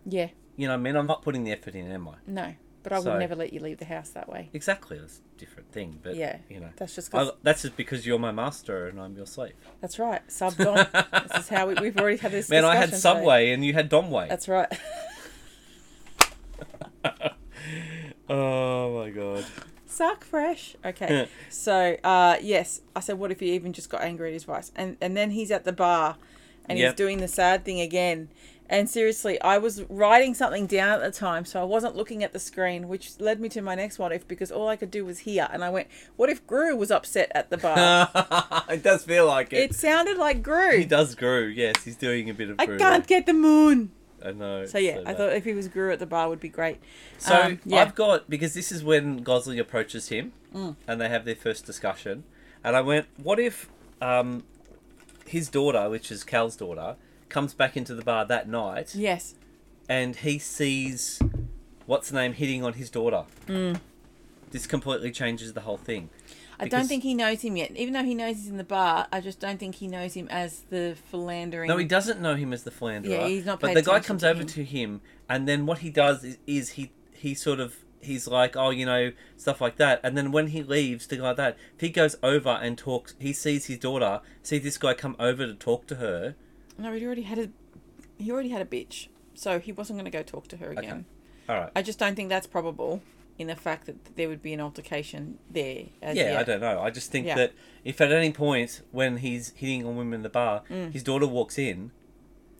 A: Yeah,
B: you know what I mean? I'm not putting the effort in, am I?
A: no, but I would
B: So-
A: never let you leave the house that way.
B: Exactly. That's a different thing. But,
A: Yeah,
B: you know.
A: that's just 'cause-
B: I, that's just because you're my master and I'm your slave.
A: That's right, sub dom. this is how we, we've already had this.
B: Man, I had
A: discussion, so-
B: Subway and you had Domway.
A: That's right.
B: Oh, my God.
A: Suck fresh. Okay. so uh, yes, I said, what if he even just got angry at his wife? And and then he's at the bar, and
B: Yep.
A: he's doing the sad thing again. And seriously, I was writing something down at the time, so I wasn't looking at the screen, which led me to my next what if because all I could do was hear. And I went, what if Gru was upset at the bar?
B: it does feel like it.
A: it sounded like Gru.
B: He does Gru. Yes, he's doing a bit of
A: I
B: Gru.
A: can't get the moon.
B: I know.
A: So yeah, I
B: bad.
A: thought if he was Gru at the bar would be great.
B: So
A: Um, yeah.
B: I've got because this is when Gosling approaches him, and they have their first discussion. And I went, "What if um, his daughter, which is Cal's daughter, comes back into the bar that night,
A: Yes.
B: and he sees what's the name hitting on his daughter?
A: Mm.
B: This completely changes the whole thing.
A: I
B: Because-
A: don't think he knows him yet. Even though he knows he's in the bar, I just don't think he knows him as the philandering.
B: No, he doesn't know him as the philanderer.
A: Yeah, he's not
B: But
A: paid
B: the guy
A: attention
B: comes
A: to
B: over
A: him.
B: to him, and then what he does is, is he he sort of he's like, oh, you know, stuff like that. And then when he leaves, thing like that, he goes over and talks. He sees his daughter, sees this guy come over to talk to her.
A: No, he already had a he already had a bitch, so he wasn't going to go talk to her again.
B: All right.
A: I just don't think that's probable in the fact that there would be an altercation there. As
B: yeah,
A: yet.
B: I don't know. I just think
A: Yeah.
B: that if at any point when he's hitting on women in the bar,
A: Mm.
B: his daughter walks in,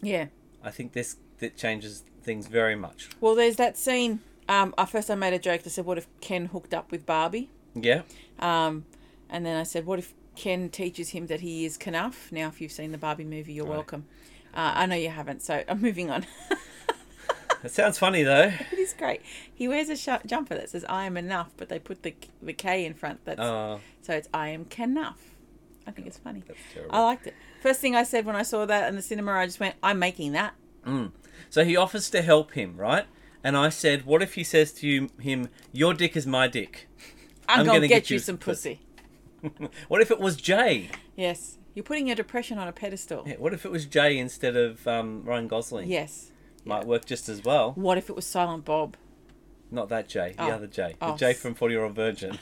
A: Yeah.
B: I think this that changes things very much.
A: Well, there's that scene. Um, I first I made a joke that said, "What if Ken hooked up with Barbie?"
B: Yeah.
A: Um, and then I said, "What if Ken teaches him that he is Knuff?" Now, if you've seen the Barbie movie, you're
B: Right.
A: welcome. Uh, I know you haven't, so I'm moving on.
B: It sounds funny though.
A: It is great. He wears a sh- jumper that says "I am enough," but they put the the K in front. That's
B: Oh,
A: so it's "I am Knuff." I think it's funny.
B: that's terrible.
A: I liked it. First thing I said when I saw that in the cinema, I just went, "I'm making that."
B: So he offers to help him, right? And I said, "What if he says to you, him, your dick is my dick?
A: I'm,
B: I'm
A: gonna,
B: gonna
A: get,
B: get
A: you
B: you
A: some
B: some pussy."
A: pussy.
B: What if it was Jay?
A: Yes, you're putting your depression on a pedestal.
B: Yeah, What if it was Jay instead of um, Ryan Gosling?
A: Yes.
B: might work just as well.
A: What if it was Silent Bob?
B: Not that Jay, the
A: Oh.
B: other Jay, the
A: Oh.
B: Jay from Forty Year Old Virgin.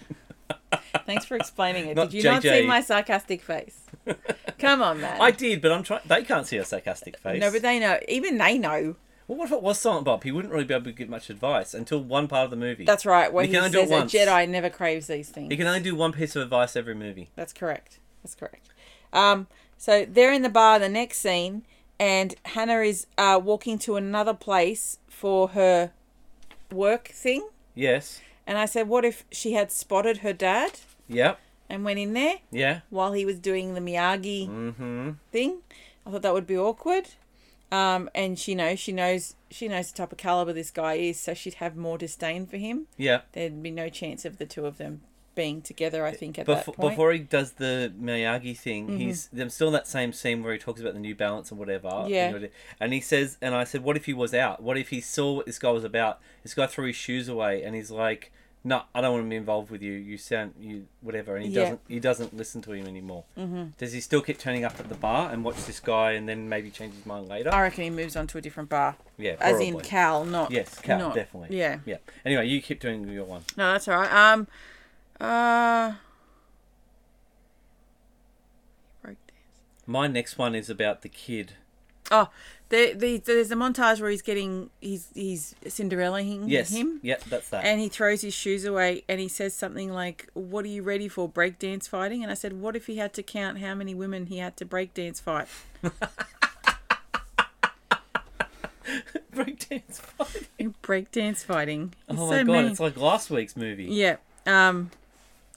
A: Thanks for explaining it.
B: Not
A: Did you not
B: JJ.
A: see my sarcastic face? Come on, man.
B: I did, but I'm trying. They can't see a sarcastic face.
A: No, but they know. Even they know.
B: Well, what if it was Silent Bob? He wouldn't really be able to give much advice until one part of the movie.
A: That's right. Where
B: You
A: he
B: can only do it
A: says a
B: once.
A: Jedi never craves these things.
B: He can only do one piece of advice every movie.
A: That's correct. That's correct. Um, so they're in the bar the next scene, and Hannah is uh, walking to another place for her work thing.
B: Yes.
A: And I said, What if she had spotted her dad
B: Yep.
A: and went in there
B: Yeah.
A: while he was doing the Miyagi
B: Mm-hmm.
A: thing? I thought that would be awkward. Um, and she knows she knows she knows the type of caliber this guy is, so she'd have more disdain for him.
B: Yeah.
A: There'd be no chance of the two of them being together. I think at that
B: Before,
A: point. Mm-hmm.
B: before he does the Miyagi thing, he's them still in that same scene where he talks about the New Balance and whatever.
A: Yeah.
B: And, he says, and I said, what if he was out? What if he saw what this guy was about? This guy threw his shoes away, and he's like, no, I don't want to be involved with you. You sound you whatever, and he
A: Yeah.
B: doesn't. He doesn't listen to him anymore. Mm-hmm. Does he still keep turning up at the bar and watch this guy, and then maybe change his mind later?
A: I reckon he moves on to a different bar.
B: yeah,
A: As in
B: probably.
A: Cal, not
B: Yes, Cal,
A: not-
B: definitely.
A: Yeah.
B: Yeah. Anyway, you keep doing your one.
A: No, that's all right. Um, uh, break dance.
B: My next one is about the kid.
A: Oh, there, the, there's a montage where he's getting he's he's Cinderellaing
B: Yes.
A: him,
B: Yep, that's that.
A: and he throws his shoes away, and he says something like, "What are you ready for? Breakdance fighting?" And I said, "What if he had to count how many women he had to breakdance fight?"
B: Breakdance fight.
A: breakdance fighting. He's
B: Oh
A: so
B: my god,
A: mean.
B: it's like last week's movie.
A: Yeah. Um,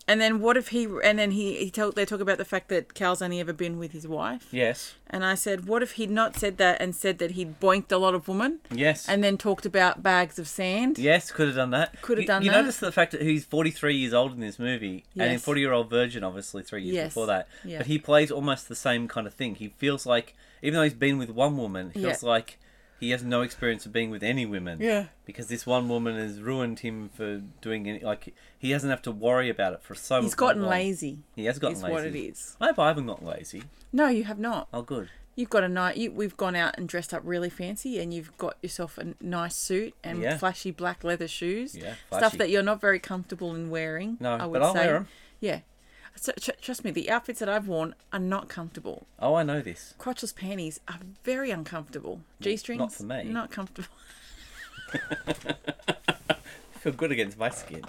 A: and then what if he? And then he he talk, they talk about the fact that Cal's only ever been with his wife.
B: Yes.
A: And I said, what if he'd not said that and said that he'd boinked a lot of women
B: Yes.
A: and then talked about bags of sand?
B: yes, could have done that.
A: Could have
B: You-
A: done
B: you
A: that.
B: notice the fact that he's 43 years old in this movie and in
A: Yes.
B: 40 year old virgin obviously 3 years
A: Yes.
B: before that.
A: Yeah.
B: But he plays almost the same kind of thing. He feels like even though he's been with one woman, he feels
A: Yeah.
B: like he has no experience of being with any women.
A: Yeah.
B: Because this one woman has ruined him for doing any like he doesn't have to worry about it for so
A: He's
B: long.
A: gotten lazy.
B: He has gotten
A: is
B: lazy.
A: what it is.
B: I hope I haven't got lazy.
A: No, you have not.
B: Oh good.
A: You've got a night. You, we've gone out and dressed up really fancy, and you've got yourself a nice suit and
B: Yeah.
A: flashy black leather shoes.
B: Yeah,
A: stuff
B: flashy.
A: that you're not very comfortable in wearing.
B: No,
A: I would
B: but I'll
A: say.
B: wear 'em.
A: Yeah. So, tr- trust me, the outfits that I've worn are not comfortable.
B: Oh, I know this.
A: Crotchless panties are very uncomfortable. G strings,
B: not for me.
A: not comfortable.
B: I feel good against my skin.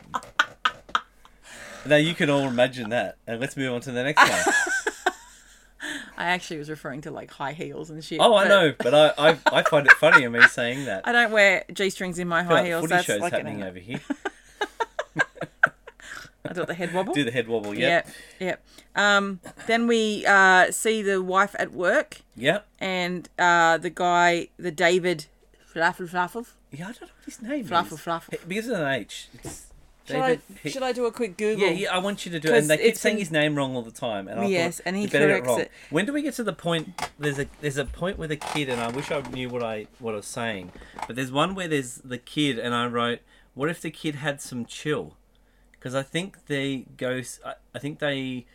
B: now you can all imagine that, and let's move on to the next one.
A: I actually was referring to like high heels and shit.
B: Oh, I
A: but
B: know, but I, I, I find it funny of me saying that.
A: I don't wear g strings in my
B: feel
A: high
B: like
A: heels.
B: footy
A: That's
B: shows
A: like
B: happening
A: an,
B: over here.
A: I thought the head wobble.
B: Do the head wobble.
A: yep.
B: Yep.
A: yep, Um, then we uh, see the wife at work
B: Yep.
A: and uh, the guy, the David Flaffle Flaffle.
B: Yeah, I don't know what his name
A: Fluffle,
B: is.
A: fluffle.
B: It begins with an H. It's
A: Should I,
B: David Hi-
A: should I do a quick Google?
B: Yeah, yeah, I want you to do it. And
A: 'Cause
B: they keep
A: it's
B: saying
A: been-
B: his name wrong all the time. And I
A: Yes,
B: thought,
A: and he
B: "You better get
A: corrects
B: wrong."
A: it.
B: When do we get to the point? There's a there's a point with a kid, and I wish I knew what I what I was saying. But there's one where there's the kid, and I wrote, "What if the kid had some chill?" Because I think they go. s- I, I think they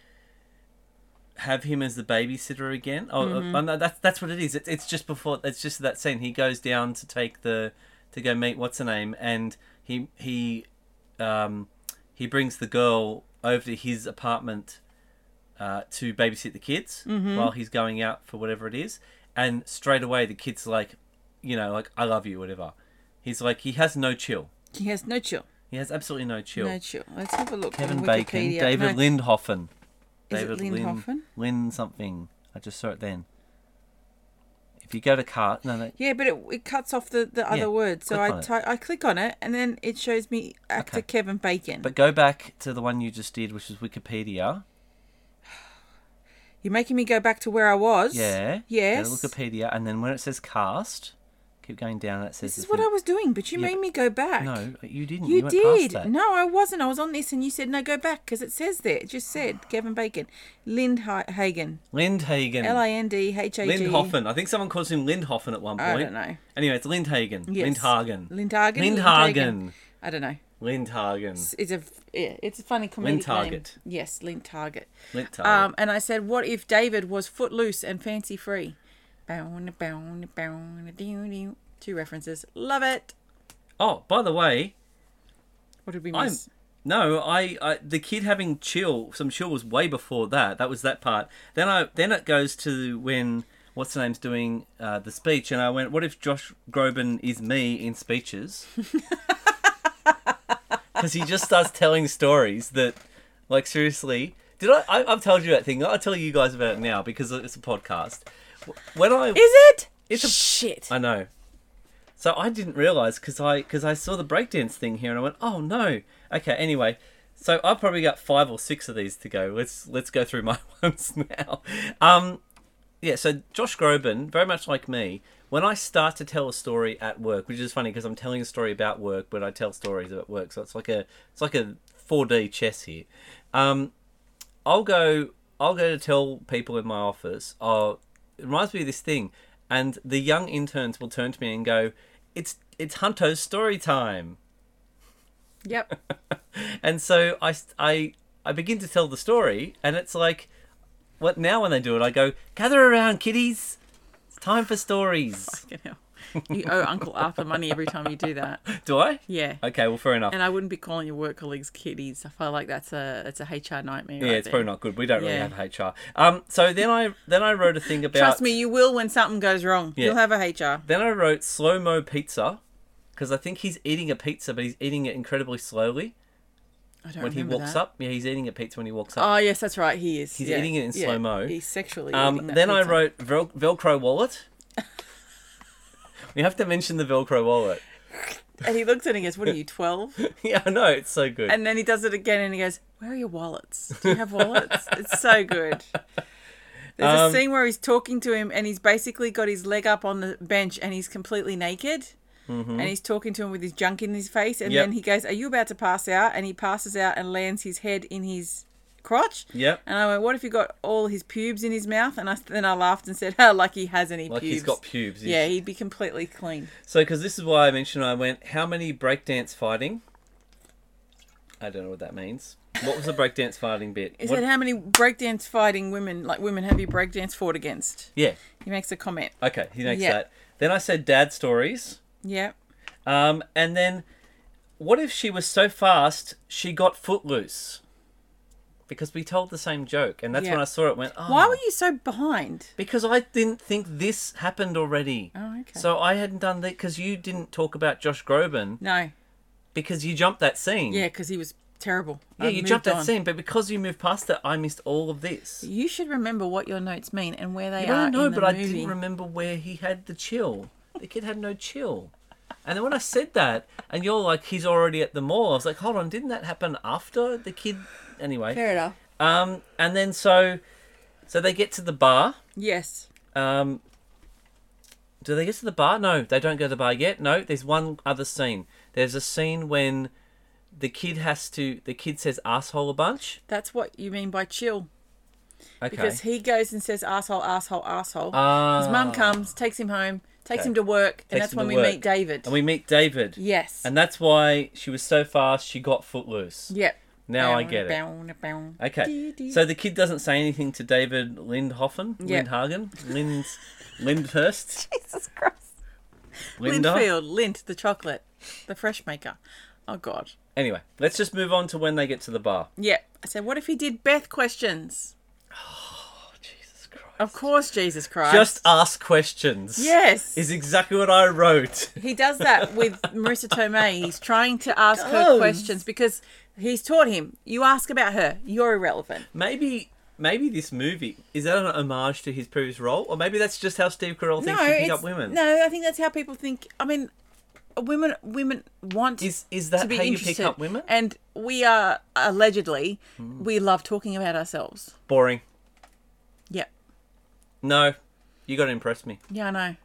B: have him as the babysitter again. Oh,
A: Mm-hmm.
B: oh, no, that's that's what it is. It's it's just before. It's just that scene. He goes down to take the to go meet what's her name, and he he um, he brings the girl over to his apartment uh, to babysit the kids
A: Mm-hmm.
B: while he's going out for whatever it is. And straight away, the kid's like, you know, like, I love you, whatever. He's like, he has no chill.
A: He has no chill.
B: He has absolutely no chill.
A: No chill. Let's have a look.
B: Kevin
A: on
B: Bacon,
A: Wikipedia.
B: David
A: No,
B: Lindhoffen.
A: Is it
B: David
A: Lindhoffen?
B: Lin, Lin something. I just saw it then. If you go to cart, no, no,
A: Yeah, but it, it cuts off the, the other
B: Yeah,
A: word. So
B: click
A: I
B: on it.
A: ty- I click on it and then it shows me actor
B: Okay.
A: Kevin Bacon.
B: but go back to the one you just did, which is Wikipedia.
A: You're making me go back to where I was.
B: Yeah.
A: Yes.
B: Go to Wikipedia, and then when it says cast, keep going down. And it says
A: This is
B: the
A: what I
B: thing.
A: was doing, but you
B: Yeah,
A: made me go back.
B: No, you didn't.
A: You,
B: went past
A: did.
B: that.
A: No, I wasn't. I was on this and you said, no, go back because it says there. It just said Kevin Bacon. Lindhagen.
B: Lindhagen.
A: L I N D H A G. E.
B: Lindhoffen. I think someone calls him Lindhoffen at one point.
A: I don't know.
B: Anyway, it's Lindhagen.
A: Yes.
B: Lindhagen.
A: Lindhagen.
B: Lindhagen.
A: I don't know.
B: Lindhagen.
A: It's a yeah, it's a funny comedic
B: Lindtarget.
A: name. Yes, Lint Target.
B: Lindhagen.
A: Um, and I said, what if David was footloose and fancy free? Bound, bound, bound, doo, doo. Two references. Love it.
B: oh, by the way,
A: What did we
B: I'm.
A: miss?
B: No, I, I the kid having chill, some chill was way before that. That was that part. Then I then it goes to when what's the name's doing uh, the speech, and I went, "What if Josh Groban is me in speeches?" Because he just starts telling stories that, like, seriously, did I? I I've told you that thing. I'll tell you guys about it now because it's a podcast. When I
A: Is it?
B: It's a-
A: shit.
B: I know. So I didn't realize because I because I saw the breakdance thing here and I went, oh no. Okay. Anyway, so I've probably got five or six of these to go. Let's let's go through my ones now. Um, yeah. So Josh Groban, very much like me, when I start to tell a story at work, which is funny because I'm telling a story about work, but I tell stories at work, so it's like a it's like a 4D chess here. Um, I'll go. I'll go to tell people in my office. Oh, it reminds me of this thing, and the young interns will turn to me and go, "It's it's Hunto's story time."
A: yep.
B: And so I s- I I begin to tell the story, and it's like, what now when they do it? I go, "Gather around, kiddies! It's time for stories."
A: You, know, you owe Uncle Arthur money every time you do that.
B: Do I?
A: Yeah.
B: Okay, well, fair enough.
A: And I wouldn't be calling your work colleagues kiddies. I feel like that's a it's a HR nightmare.
B: Yeah,
A: right
B: it's
A: there.
B: probably not good. We don't
A: Yeah.
B: really have HR. Um, so then I then I wrote a thing about.
A: Trust me, you will when something goes wrong.
B: Yeah.
A: You'll have a HR.
B: Then I wrote slow mo pizza because I think he's eating a pizza, but he's eating it incredibly slowly
A: I don't
B: when he
A: remember
B: walks
A: that.
B: up. Yeah, he's eating a pizza when he walks up.
A: Oh yes, that's right. He is.
B: He's
A: yeah.
B: eating it in
A: Yeah.
B: slow-mo.
A: He's sexually.
B: um,
A: Oh, eating that
B: then I
A: pizza.
B: wrote Vel- Velcro wallet. we have to mention the Velcro wallet.
A: and he looks at it and goes, "What are you, 12?
B: yeah, I know it's so good.
A: And then he does it again and he goes, Where are your wallets? Do you have wallets? it's so good. There's
B: Um,
A: a scene where he's talking to him and he's basically got his leg up on the bench and he's completely naked. And he's talking to him with his junk in his face. And
B: Mm-hmm. Yep.
A: then he goes, Are you about to pass out? And he passes out and lands his head in his crotch.
B: Yep.
A: And I went, What if you got all his pubes in his mouth? And I, then I laughed and said, How lucky has any
B: like
A: pubes?
B: he's got pubes.
A: yeah, he'd be completely clean.
B: So, because this is why I mentioned I went, how many breakdance fighting? I don't know what that means. What was the breakdance fighting bit?
A: Is
B: What-
A: that how many breakdance fighting women, like women, have you breakdance fought against?
B: yeah.
A: He makes a comment.
B: Okay, he makes
A: Yeah.
B: that. Then I said dad stories.
A: Yeah.
B: Um, and then, what if she was so fast she got footloose? Because we told the same joke, and that's
A: Yeah.
B: when I saw it. Went, oh,
A: Why were you so behind?
B: Because I didn't think this happened already.
A: Oh, okay.
B: So I hadn't done that because you didn't talk about Josh Groban
A: No.
B: because you jumped that scene.
A: Yeah, because he was terrible.
B: Hmm. Yeah,
A: I
B: you
A: moved
B: jumped that
A: on.
B: scene, but because you moved past that, I missed all of this.
A: You should remember what your notes mean and where they
B: I
A: are.
B: don't know,
A: in the
B: but I
A: movie.
B: didn't remember where he had the chill. The kid had no chill. And then when I said that, and you're like, he's already at the mall, I was like, hold on, didn't that happen after the kid? Anyway.
C: Fair enough.
B: Um, and then so, so they get to the bar.
A: Yes.
B: Um, do they get to the bar? No, they don't go to the bar yet. No, there's one other scene. There's a scene when the kid has to, the kid says asshole a bunch.
A: That's what you mean by chill.
B: Okay.
A: Because he goes and says asshole, asshole, asshole.
B: Ah.
A: His mum comes, takes him home, takes
B: Okay.
A: him to work, and
B: Takes
A: that's
B: him
A: when
B: to
A: we
B: work.
A: meet David.
B: And we meet David.
A: yes.
B: And that's why she was so fast, she got footloose.
A: yep.
B: Now I get it. Okay. So the kid doesn't say anything to David Lindhoffen,
A: Yeah.
B: Lindhagen, Lind, Lindhurst,
A: Jesus Christ.
B: Linda.
A: Lindfield, Lint, the chocolate, the fresh maker. Oh God.
B: Anyway, let's just move on to when they get to the bar.
A: Yeah. I said, what if he did Beth questions?
B: Oh, Jesus Christ.
A: Of course, Jesus Christ.
B: Just ask questions.
A: Um, Yes.
B: Is exactly what I wrote.
A: He does that with Marissa Tomei. He's trying to ask her
B: Does.
A: questions because he's taught him. You ask about her, you're irrelevant.
B: Maybe. Maybe this movie is that an homage to his previous role, or maybe that's just how Steve Carell thinks he pick up women.
A: no. I think that's how people think. I mean, women women want
B: Is is that
A: to be
B: how you
A: interested.
B: pick up women? Hmm.
A: And we are allegedly we love talking about ourselves.
B: Boring.
A: Yep.
B: No, you got to impress me.
A: Yeah, I know.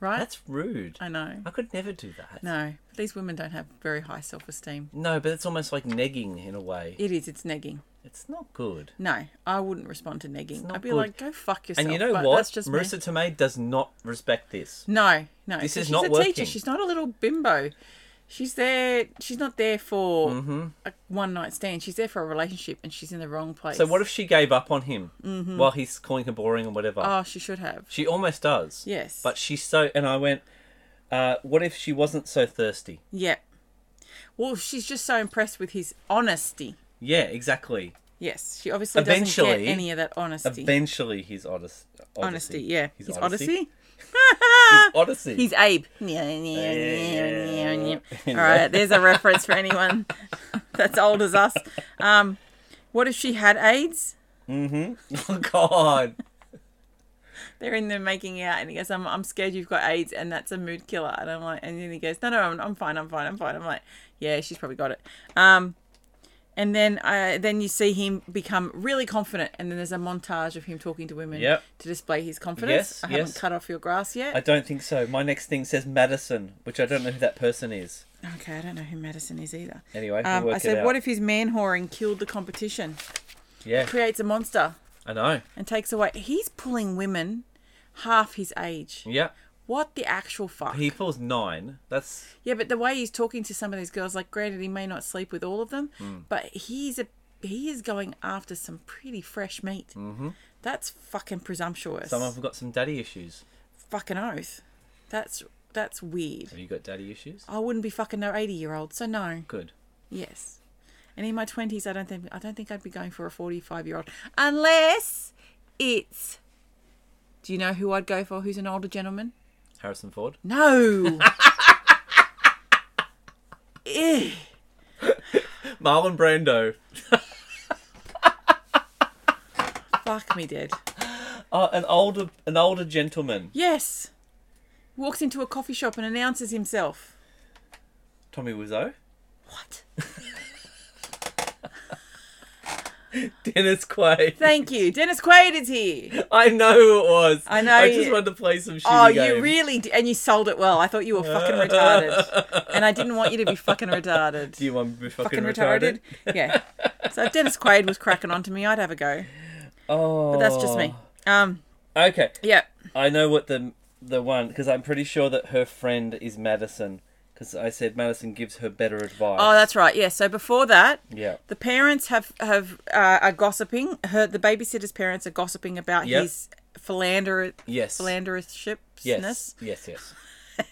A: Right?
B: That's rude.
A: I know.
B: I could never do that.
A: No, but these women don't have very high self esteem.
B: No, but it's almost like negging in a way.
A: It is. It's negging.
B: It's not good.
A: No, I wouldn't respond to negging.
B: not
A: I'd be
B: good.
A: like, go fuck yourself.
B: and you know
A: but
B: what?
A: That's just me.
B: Marissa Tomei does not respect this.
A: No, no.
B: This
A: 'cause
B: is
A: she's
B: not
A: a
B: working.
A: teacher. She's not a little bimbo. She's there. She's not there for
B: Mm-hmm.
A: a one night stand. She's there for a relationship, and she's in the wrong place.
B: So what if she gave up on him
A: Mm-hmm.
B: while he's calling her boring or whatever?
A: Oh, she should have.
B: she almost does.
A: Yes.
B: But she's so. And I went, uh, what if she wasn't so thirsty?
A: Yeah. Well, she's just so impressed with his honesty.
B: Yeah, exactly.
A: Yes, she obviously doesn't
B: Eventually-
A: get any of that honesty.
B: Eventually, his odyssey.
A: honesty, yeah.
B: His,
A: His,
B: odyssey.
A: odyssey.
B: Odyssey.
A: He's Abe. All right, there's a reference for anyone that's old as us. Um, what if she had AIDS?
B: oh God.
A: They're in there making out, and he goes, "I'm, I'm scared you've got AIDS, and that's a mood killer." And I'm like, and then he goes, "No, no, I'm, I'm fine, I'm fine, I'm fine." I'm like, "Yeah, she's probably got it." Um, and then, uh, then you see him become really confident, and then there's a montage of him talking to women
B: Yep.
A: to display his confidence.
B: Yes,
A: I haven't
B: yes.
A: cut off your grass yet.
B: I don't think so. My next thing says Madison, which I don't know who that person is.
A: Okay, I don't know who Madison is either.
B: Anyway, we'll
A: Um,
B: work
A: I
B: it
A: said,
B: out.
A: what if his man whoring killed the competition,
B: Yeah,
A: creates a monster,
B: I know.
A: and takes away? He's pulling women half his age.
B: Yeah,
A: What the actual fuck?
B: he pulls nine. That's
A: yeah, but the way he's talking to some of these girls, like, granted, he may not sleep with all of them,
B: Hmm.
A: but he's a he is going after some pretty fresh meat. Mm-hmm. That's fucking presumptuous.
B: someone who got some daddy issues.
A: fucking oath. That's that's weird.
B: Have you got daddy issues?
A: I wouldn't be fucking no eighty year old, so no.
B: Good.
A: Yes. And in my twenties, I don't think I don't think I'd be going for a forty-five-year-old unless it's. Do you know who I'd go for? Who's an older gentleman?
B: Harrison Ford.
A: No. Eh.
B: Marlon Brando.
A: Fuck me dead.
B: Oh, an older, an older gentleman.
A: Yes. Walks into a coffee shop and announces himself.
B: Tommy Wiseau.
A: What?
B: Dennis Quaid.
A: Thank you, Dennis Quaid is here.
B: I know who it was.
A: I know
B: I just
A: you-
B: wanted to play some shitty
A: Oh, you
B: games.
A: really d and you sold it well. I thought you were fucking retarded, and I didn't want you to be fucking retarded.
B: Do you want to be fucking,
A: fucking
B: retarded?
A: retarded. yeah. So if Dennis Quaid was cracking on to me, I'd have a go.
B: Oh,
A: But that's just me. Um,
B: Okay,
A: yeah.
B: I know what the the one because I'm pretty sure that her friend is Madison because I said Madison gives her better advice.
A: Oh, that's right. Yeah. So before that,
B: yeah.
A: the parents have have uh, are gossiping. Her the babysitter's parents are gossiping about
B: Yep.
A: his philander
B: Yes.
A: philandershipness.
B: Yes. Yes.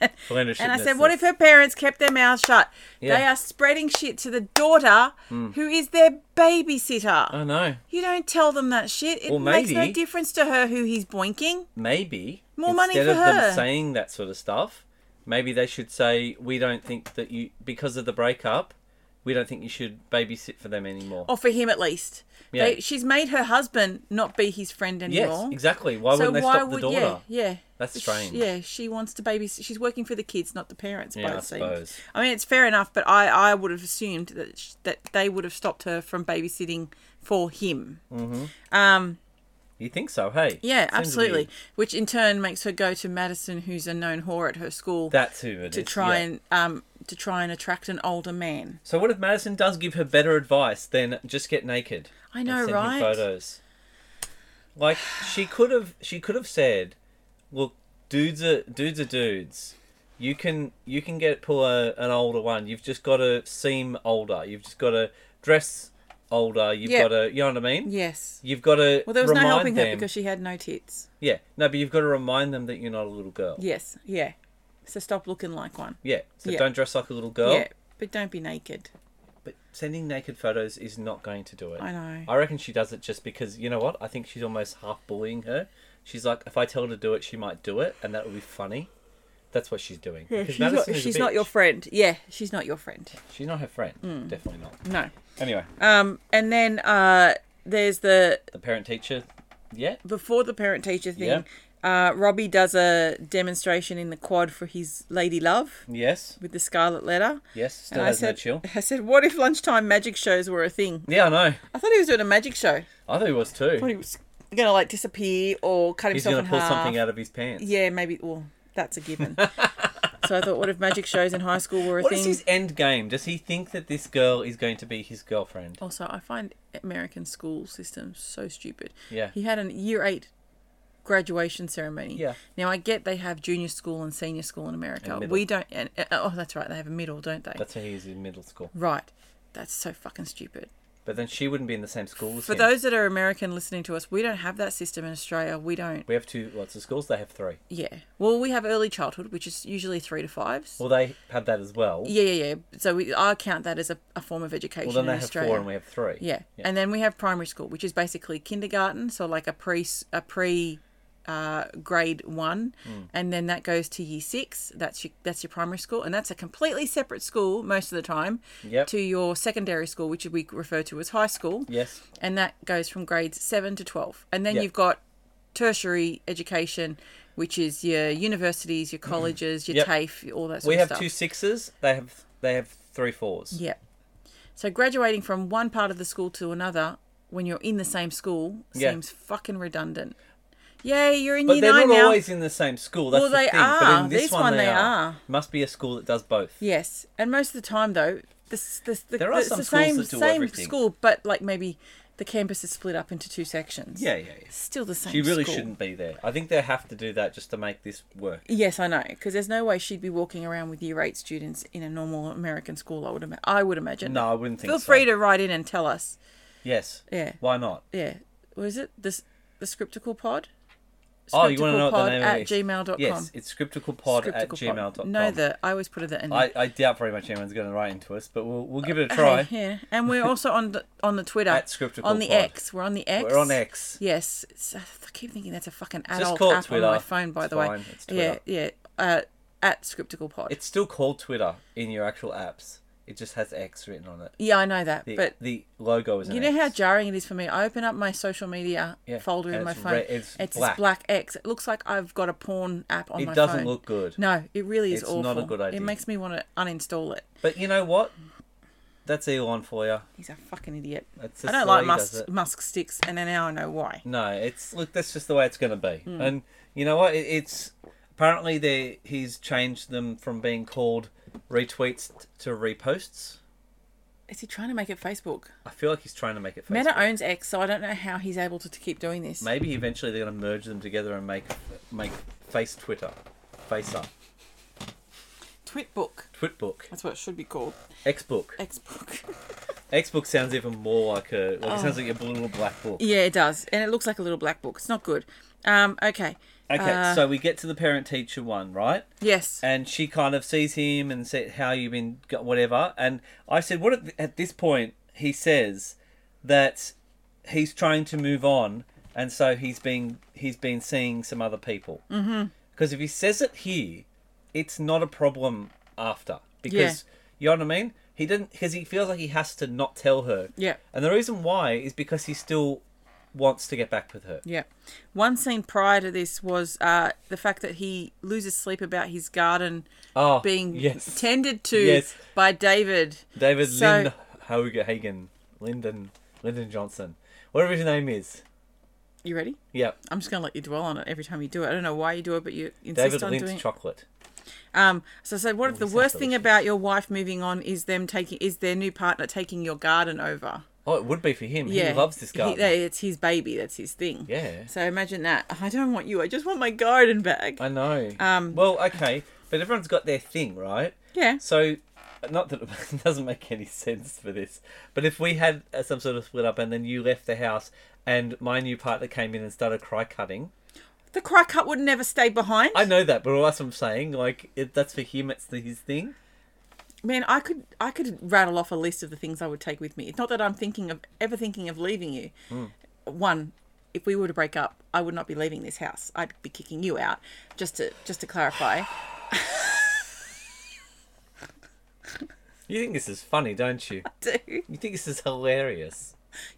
B: Yes. Philandership.
A: And I said, what if her parents kept their mouths shut? They
B: Yeah. Hmm.
A: are spreading shit to the daughter, who is their babysitter.
B: I know.
A: you don't tell them that shit. It
B: Uh. Well,
A: makes no
B: maybe-
A: difference to her who he's boinking.
B: Maybe
A: More
B: instead
A: money
B: of
A: for
B: them
A: her.
B: saying that sort of stuff, maybe they should say, "We don't think that you because of the breakup, we don't think you should babysit for them anymore."
A: or for him at least.
B: Yeah.
A: They, she's made her husband not be his friend
B: yes,
A: anymore.
B: exactly. Why
A: So
B: wouldn't they
A: why
B: stop the
A: would
B: daughter?
A: yeah yeah?
B: That's
A: Sh-
B: strange.
A: Yeah, she wants to baby. She's working for the kids, not the parents.
B: Yeah,
A: both
B: I
A: seem.
B: suppose.
A: I mean, it's fair enough, but I I would have assumed that sh- that they would have stopped her from babysitting for him. Um.
B: You think so? Hey.
A: Yeah,
B: Seems
A: absolutely.
B: weird.
A: Which in turn makes her go to Madison, who's a known whore at her school,
B: That's who it is.
A: to try
B: yeah.
A: and um to try and attract an older man.
B: So what if Madison does give her better advice than just get naked?
A: I know,
B: and send
A: right?
B: Him photos. Like she could have, she could have said, "Look, dudes are dudes are dudes. You can you can get pull a, an older one. You've just got to seem older. You've just got to dress older. You've
A: Yeah.
B: got to, you know what I mean?
A: Yes.
B: You've got to
A: Well, there was
B: remind
A: no helping
B: them.
A: her because she had no tits.
B: yeah, no, but you've got to remind them that you're not a little girl. Yeah,
A: Yes, yeah. So stop looking like one.
B: so
A: Yeah.
B: don't dress like a little girl.
A: Yeah, but don't be naked.
B: But sending naked photos is not going to do it.
A: I know.
B: I reckon she does it just because you know what? I think she's almost half bullying her. She's like, if I tell her to do it, she might do it, and that would be funny. That's what she's doing. Because
A: She's, not,
B: Madison is a
A: she's not
B: bitch.
A: your Mm. friend. Yeah, she's not your friend.
B: She's not her friend. Definitely not.
A: No.
B: Anyway,
A: Um, and then uh, there's the
B: the parent teacher. Yeah.
A: before the parent teacher thing. Uh, Robbie does a demonstration in the quad for his lady love
B: Yes.
A: with the scarlet letter.
B: Yes.
A: And
B: Still
A: I
B: has no
A: said,
B: chill.
A: I said, what if lunchtime magic shows were a thing?
B: Yeah, I know.
A: I thought he was doing a magic show.
B: I thought he was
A: I thought
B: too.
A: he was gonna like disappear or cut
B: He's
A: himself
B: gonna
A: in
B: pull
A: half.
B: something out of his pants.
A: Yeah, maybe. Well, that's a given. so I thought, what if magic shows in high school were a
B: What
A: thing?
B: is his end game? Does he think that this girl is going to be his girlfriend?
A: Also, I find American school systems so stupid.
B: Yeah.
A: He had a year eight graduation ceremony.
B: Yeah.
A: Now I get they have junior school and senior school in America.
B: middle.
A: We don't. And, uh, oh, that's right. They have a middle, don't they?
B: That's how he is in middle school.
A: right. That's so fucking stupid.
B: but then she wouldn't be in the same school as
A: For
B: him.
A: those that are American listening to us, we don't have that system in Australia. We don't.
B: we have two lots of schools. They have three.
A: Yeah. Well, we have early childhood, which is usually three to fives.
B: Well, they had that as well.
A: yeah, yeah, yeah. So we, I count that as a, a form of education
B: well, then they
A: in
B: have
A: Australia.
B: four, and we have three.
A: Yeah. and then we have primary school, which is basically kindergarten, so like a pre a pre uh, grade one,
B: Hmm.
A: and then that goes to year six. That's your that's your primary school, and that's a completely separate school most of the time
B: Yep.
A: to your secondary school, which we refer to as high school.
B: yes.
A: and that goes from grades seven to twelve, and then
B: Yep.
A: you've got tertiary education, which is your universities, your colleges, your
B: Yep.
A: TAFE, all that sort
B: We
A: of
B: have
A: stuff.
B: two sixes. They have they have three fours.
A: Yeah. So graduating from one part of the school to another when you're in the same school
B: Yeah.
A: seems fucking redundant. Yay, you're in
B: But
A: year
B: they're
A: nine
B: not
A: now.
B: always in the same school. That's
A: Well,
B: the
A: they
B: thing. But
A: are.
B: in this
A: This
B: one,
A: one
B: they,
A: they
B: are.
A: are.
B: Must be a school that does both.
A: Yes, and most of the time though, this this the,
B: There are
A: it's
B: some
A: the
B: schools
A: same
B: that do
A: same
B: everything.
A: school, but like maybe the campus is split up into two sections.
B: Yeah, yeah, yeah.
A: still the same.
B: She really
A: school.
B: shouldn't be there. I think they have to do that just to make this work.
A: Yes, I know, because there's no way she'd be walking around with year eight students in a normal American school. I would ima- I would imagine.
B: No, I wouldn't think
A: Feel
B: so.
A: free to write in and tell us.
B: Yes.
A: Yeah.
B: Why not?
A: yeah, what is it? This the Scriptical Pod?
B: Oh, you want to know what the
A: Scripticalpod
B: name
A: at
B: of it is?
A: gmail.com.
B: Yes, it's scripticalpod at
A: Scriptical Pod.
B: gmail.com.
A: No, the I always put it at the end.
B: I, I doubt very much anyone's going to write into us, but we'll, we'll give it a
A: Hey,
B: try.
A: yeah, and we're also on the on the Twitter
B: At Scriptical
A: on the
B: Pod.
A: X. We're on the X.
B: We're on X.
A: Yes, It's- I keep thinking that's a fucking adult
B: call it
A: app
B: Twitter.
A: on my phone. By
B: It's
A: the
B: fine.
A: way,
B: It's
A: yeah,
B: Twitter.
A: yeah. Uh, at Scriptical Pod.
B: It's still called Twitter in your actual apps. It just has X written on it.
A: yeah, I know that,
B: The,
A: but.
B: the logo is an
A: You know
B: X.
A: how jarring it is for me. I open up my social media
B: Yeah,
A: folder
B: and
A: in my
B: it's
A: phone.
B: red- it's
A: it's
B: black.
A: black. X. It looks like I've got a porn app on
B: It
A: my phone.
B: doesn't look good.
A: No, it really is
B: It's
A: awful.
B: not a good idea.
A: It makes me want to uninstall it.
B: But you know what? That's Elon for you.
A: He's a fucking idiot.
B: That's
A: I
B: just
A: don't
B: the
A: like
B: way he does
A: Musk
B: it.
A: Musk sticks, and then now I know why.
B: No, it's look. That's just the way it's going to be.
A: Hmm.
B: And you know what? It, it's apparently they he's changed them from being called retweets t- to reposts.
A: Is he trying to make it Facebook?
B: I feel like he's trying to make it. Facebook.
A: Meta owns X, so I don't know how he's able to, to keep doing this.
B: Maybe eventually they're going to merge them together and make make face Twitter, face up,
A: Twitbook.
B: Twitbook,
A: That's what it should be called.
B: Xbook.
A: Xbook.
B: Xbook sounds even more like a like it sounds like a little black book.
A: yeah, it does, and it looks like a little black book. It's not good. Um. Okay.
B: Okay, Uh,
A: Uh,
B: so we get to the parent teacher one, right?
A: Yes.
B: and she kind of sees him and said how you've been got whatever and i said what at, at this point he says that he's trying to move on and so he's been he's been seeing some other people mm-hmm. because if he says it here it's not a problem after because you know what i mean he didn't because he feels like he has to not tell her
A: Yeah.
B: and the reason why is because he still wants to get back with her
A: Yeah. One scene prior to this was uh, the fact that he loses sleep about his garden
B: oh
A: being
B: yes
A: tended to
B: Yes.
A: by David.
B: David
A: So-
B: Lind Hoga Hagen. Lyndon Lyndon Johnson. Whatever his name is.
A: You ready?
B: Yep.
A: I'm just gonna let you dwell on it every time you do it. I don't know why you do it, but you insist
B: David Oh,
A: on
B: Lind
A: doing it.
B: Chocolate.
A: Um, so I said, what if the
B: sounds
A: worst thing
B: delicious.
A: about your wife moving on is them taking is their new partner taking your garden over?
B: Oh, it would be for him.
A: Yeah,
B: He loves this
A: He-
B: guy.
A: that- it's his baby. That's his thing.
B: Yeah.
A: So imagine that. I don't want you. I just want my garden back.
B: I know.
A: Um,
B: well, okay. But everyone's got their thing, right?
A: yeah.
B: So, not that it doesn't make any sense for this, but if we had uh, some sort of split up and then you left the house and my new partner came in and started cry cutting,
A: The cry cut would never stay behind.
B: I know that, but that's what I'm saying. Like, it, that's for him, it's the, his thing.
A: Man, I could I could rattle off a list of the things I would take with me. It's not that I'm thinking of ever thinking of leaving you. One, if we were to break up, I would not be leaving this house. I'd be kicking you out. Just to just to clarify.
B: You think this is funny, don't you?
A: Do
B: You think this is hilarious.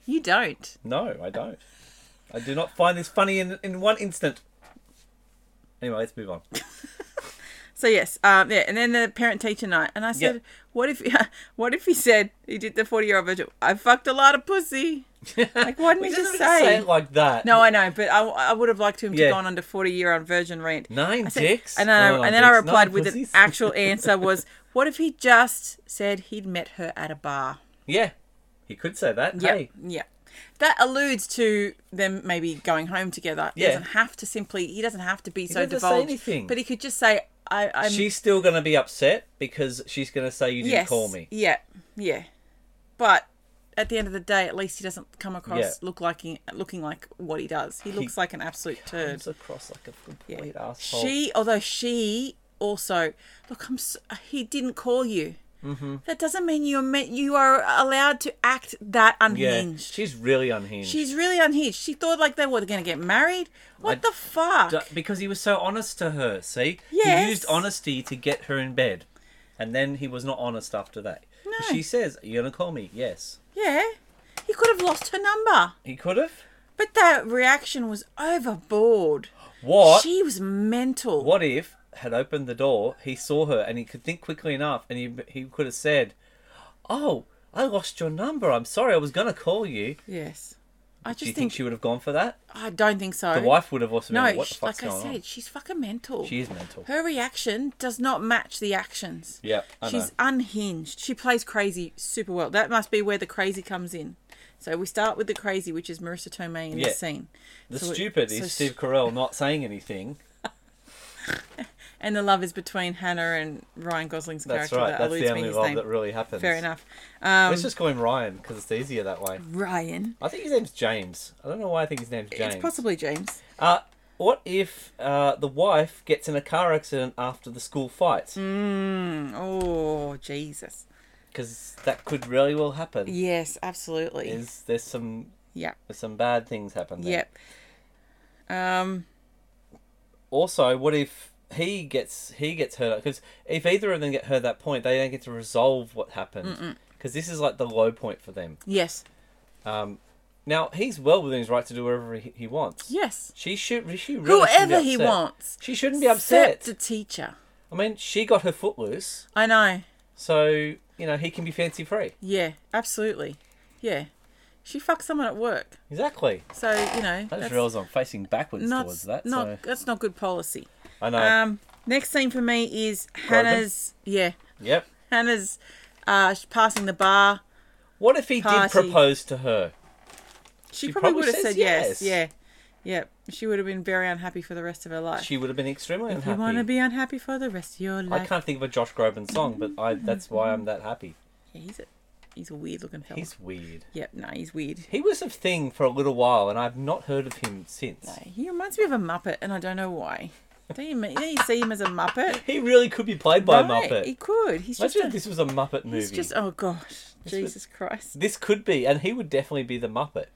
A: you don't?
B: No, I don't. I do not find this funny in, in one instant. Anyway, let's move on.
A: So yes, um, yeah, and then the parent teacher night, and I said,
B: Yeah.
A: "What if, what if he said he did the forty year old virgin? I fucked a lot of pussy. Like, why didn't he just
B: doesn't
A: say?
B: it like that.
A: No, I know, but I, I would have liked him to
B: Yeah.
A: go on under forty year old virgin rant.
B: Nine
A: I said-
B: dicks?
A: And then,
B: Nine
A: I, and then I
B: dicks,
A: replied
B: nine
A: with an
B: pussies.
A: actual answer was, "What if he just said he'd met her at a bar?
B: Yeah, he could say that.
A: Yeah,
B: Hey,
A: yeah." That alludes to them maybe going home together. He
B: Yeah.
A: doesn't have to simply. He doesn't have to be so
B: doesn't say
A: divulged.
B: anything.
A: But he could just say, "I." I'm,
B: she's still going to be upset because she's going to say you didn't
A: yes,
B: call me.
A: Yeah, yeah. But at the end of the day, at least he doesn't come across
B: Yeah.
A: look like he, looking like what he does. He looks like an absolute turd.
B: Comes across like a complete asshole.
A: She, although she also, look, I'm. So, he didn't call you. Mm-hmm. That doesn't mean you're meant. You are allowed to act that
B: yeah,
A: unhinged.
B: she's really unhinged.
A: She's really unhinged. She thought like they were going to get married. What
B: I
A: the fuck?
B: D- because he was so honest to her. See,
A: Yes.
B: he used honesty to get her in bed, and then he was not honest after that.
A: No.
B: She says, "Are you gonna call me?" Yes,
A: yeah, he could have lost her number.
B: he could have.
A: But that reaction was overboard.
B: What?
A: She was mental.
B: What if had opened the door? He saw her, and he could think quickly enough, and he he could have said, "Oh, I lost your number. I'm sorry. I was gonna call you."
A: Yes, I just
B: Do you think
A: think,
B: she would have gone for that?
A: I don't think so.
B: The wife would have also
A: No,
B: been like, what the
A: sh-
B: fuck's
A: like I
B: going
A: said,
B: on?
A: she's fucking mental.
B: She is mental.
A: Her reaction does not match the actions.
B: Yeah, I
A: She's
B: know.
A: unhinged. She plays crazy super well. That must be where the crazy comes in. So we start with the crazy, which is Marissa Tomei in
B: Yeah.
A: this scene.
B: The
A: so it-
B: stupid
A: so
B: is
A: sh-
B: Steve Carell not saying anything.
A: And the love is between Hannah and Ryan Gosling's
B: That's
A: character.
B: right.
A: That
B: That's
A: eludes
B: the
A: me
B: only
A: his
B: love
A: name.
B: that really happens.
A: Fair enough. Um,
B: Let's just call him Ryan because it's easier that way.
A: Ryan.
B: I think his name's James. I don't know why I think his name's James.
A: It's possibly James.
B: Uh, what if uh, the wife gets in a car accident after the school fight?
A: Oh, Jesus.
B: Because that could really well happen.
A: Yes, absolutely.
B: Is there's some
A: Yep.
B: there's some bad things happen there.
A: Yep. Um,
B: Also, what if he gets he gets hurt? Because if either of them get hurt at that point, they don't get to resolve what happened. Because this is like the low point for them.
A: yes.
B: Um, now he's well within his right to do whatever he, he wants.
A: Yes.
B: She should. She really shouldn't be
A: Whoever he
B: upset.
A: wants.
B: She shouldn't be upset.
A: Except a teacher.
B: I mean, she got her foot loose,
A: I know.
B: so you know he can be fancy free.
A: Yeah, absolutely. Yeah. She fucked someone at work.
B: Exactly.
A: So, you know,
B: I just
A: that's
B: realised I'm facing backwards
A: not,
B: towards that.
A: not,
B: so
A: that's not good policy.
B: I know.
A: Um, next scene for me is Hannah's, yeah,
B: yep.
A: Hannah's uh, sh- passing the bar.
B: What if he did
A: party.
B: propose to her?
A: She,
B: She
A: probably,
B: probably
A: would have
B: says
A: said yes.
B: yes.
A: Yeah. Yeah. She would have been very unhappy for the rest of her life.
B: She would have been extremely
A: if
B: unhappy.
A: you want to be unhappy for the rest of your
B: I
A: life.
B: can't think of a Josh Groban song, but I that's why I'm that happy.
A: Yeah, he's a, he's a weird looking fella.
B: He's weird.
A: Yep, no, he's weird.
B: He was a thing for a little while, and I've not heard of him since.
A: No, he reminds me of a Muppet, and I don't know why. Don't you, don't you see him as a Muppet?
B: He really could be played by
A: Right,
B: a Muppet.
A: He could. He's just.
B: Imagine
A: a-
B: if this was a Muppet movie.
A: He's just oh gosh, Jesus Christ!
B: This could be, and he would definitely be the Muppet.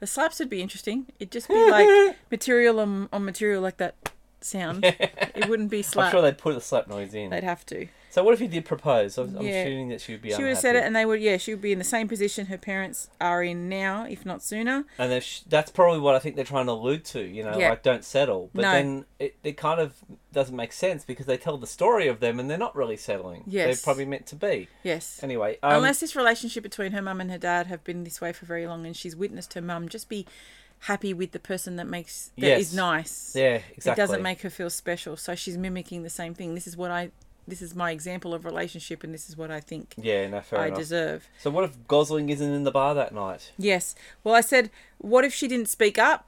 A: The slaps would be interesting. It'd just be like material on, on material, like that sound. It wouldn't be
B: I'm
A: slap.
B: sure they'd put the slap noise in.
A: They'd have to.
B: So what if he did propose? I'm, I'm
A: Yeah.
B: assuming that she would be.
A: She would have said it, and they would. Yeah, she would be in the same position her parents are in now, if not sooner.
B: and if sh that's probably what I think they're trying to allude to. You know,
A: Yeah.
B: like don't settle. But
A: No.
B: then it, it kind of doesn't make sense because they tell the story of them and they're not really settling.
A: Yes.
B: they're probably meant to be.
A: Yes.
B: Anyway, um,
A: Unless this relationship between her mum and her dad have been this way for very long, and she's witnessed her mum just be happy with the person that makes that is
B: Yes.
A: nice.
B: yeah, exactly.
A: It doesn't make her feel special, so she's mimicking the same thing. This is what I. This is my example of relationship, and this is what I think
B: Yeah, no, fair
A: I
B: enough.
A: deserve.
B: So what if Gosling isn't in the bar that night?
A: Yes. Well, I said, what if she didn't speak up?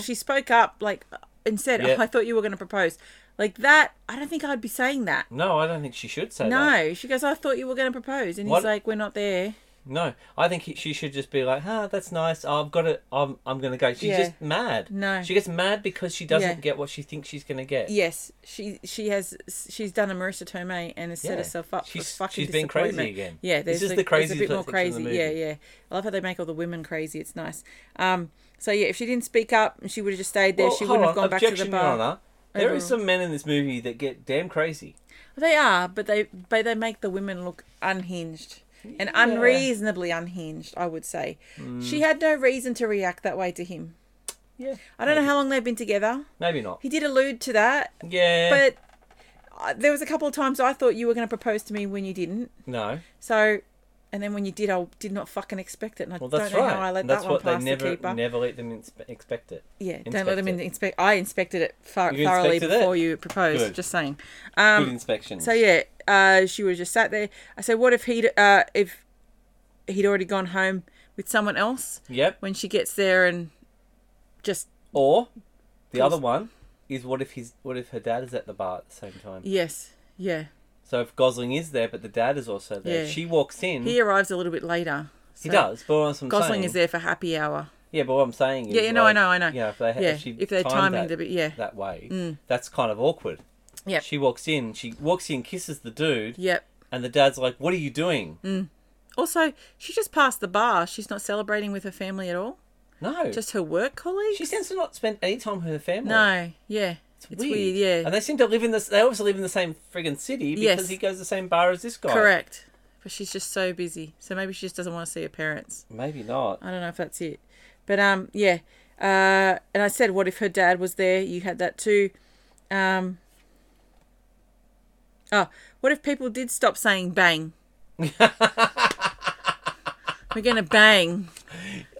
A: She spoke up, like, and said,
B: Hmm? Yeah.
A: oh, I thought you were going to propose. Like that, I don't think I'd be saying that.
B: No, I don't think she should say that.
A: No, she goes, I thought you were going to propose. And
B: What-
A: he's like, we're not there.
B: No, I think he, she should just be like, "Ah, that's nice. I've got it. I'm, I'm gonna go." She's
A: Yeah.
B: just mad.
A: No.
B: she gets mad because she doesn't
A: Yeah.
B: get what she thinks she's gonna get.
A: Yes, she she has she's done a Marissa Tomei and has set
B: Yeah.
A: herself up
B: She's-
A: for fucking
B: she's been crazy
A: disappointment.
B: again.
A: Yeah,
B: This
A: there's
B: is
A: a,
B: the
A: there's a
B: craziest
A: bit more
B: section of
A: crazy.
B: the
A: Yeah,
B: movie.
A: yeah. I love how they make all the women crazy. It's nice. Um, so yeah, if she didn't speak up, and she would have just stayed there.
B: Well,
A: she
B: hold
A: wouldn't have
B: on.
A: gone back to the
B: Objection, Your
A: bar.
B: Honor. There are
A: Overall.
B: some men in this movie that get damn crazy.
A: They are, but they but they make the women look unhinged and unreasonably unhinged. I would say
B: Mm.
A: she had no reason to react that way to him.
B: Yeah,
A: I don't know how long they've been together.
B: maybe not.
A: He did allude to that,
B: Yeah,
A: but uh, there was a couple of times I thought you were going to propose to me when you didn't.
B: no.
A: So, and then when you did, I did not fucking expect it, and I
B: Well,
A: don't
B: that's
A: know
B: right.
A: how I let
B: and that's
A: that one
B: what they
A: pass the
B: never
A: keeper.
B: never let them inspe- expect it.
A: yeah, don't let them in
B: inspect
A: inspect. I inspected it far-
B: You
A: thoroughly
B: inspected it?
A: before you proposed.
B: Good.
A: Just saying.
B: Good inspection.
A: Um, So yeah, uh, she would have just sat there. I said, "What if he'd uh, if he'd already gone home with someone else
B: Yep.
A: when she gets there and just
B: Or the
A: Pulls-
B: other one is what if his what if her dad is at the bar at the same time?
A: yes, yeah."
B: So if Gosling is there, but the dad is also there,
A: Yeah.
B: she walks in.
A: He arrives a little bit later.
B: Hmm. He
A: So
B: does, but what I'm
A: Gosling
B: saying,
A: is there for happy hour.
B: Yeah, but what I'm saying is,
A: Yeah, you know, I
B: like,
A: know, I know.
B: You know, if they ha-
A: Yeah,
B: if, she
A: if they're
B: timed
A: timing
B: that,
A: to be- yeah.
B: that way, that's kind of awkward.
A: Yep.
B: She walks in, she walks in, kisses the dude,
A: Yep.
B: and the dad's like, "What are you doing?"
A: Mm. Also, she just passed the bar. She's not celebrating with her family at all.
B: No,
A: Just her work colleagues.
B: she seems to not spend any time with her family.
A: no. Yeah. It's, weird. Yeah.
B: and they seem to live in this. They obviously live in the same friggin' city because
A: Yes.
B: he goes to the same bar as this guy.
A: Correct. But she's just so busy. So maybe she just doesn't want to see her parents.
B: Maybe not.
A: I don't know if that's it. But um yeah. Uh and I said what if her dad was there? You had that too. Um Oh, what if people did stop saying bang? We're gonna bang.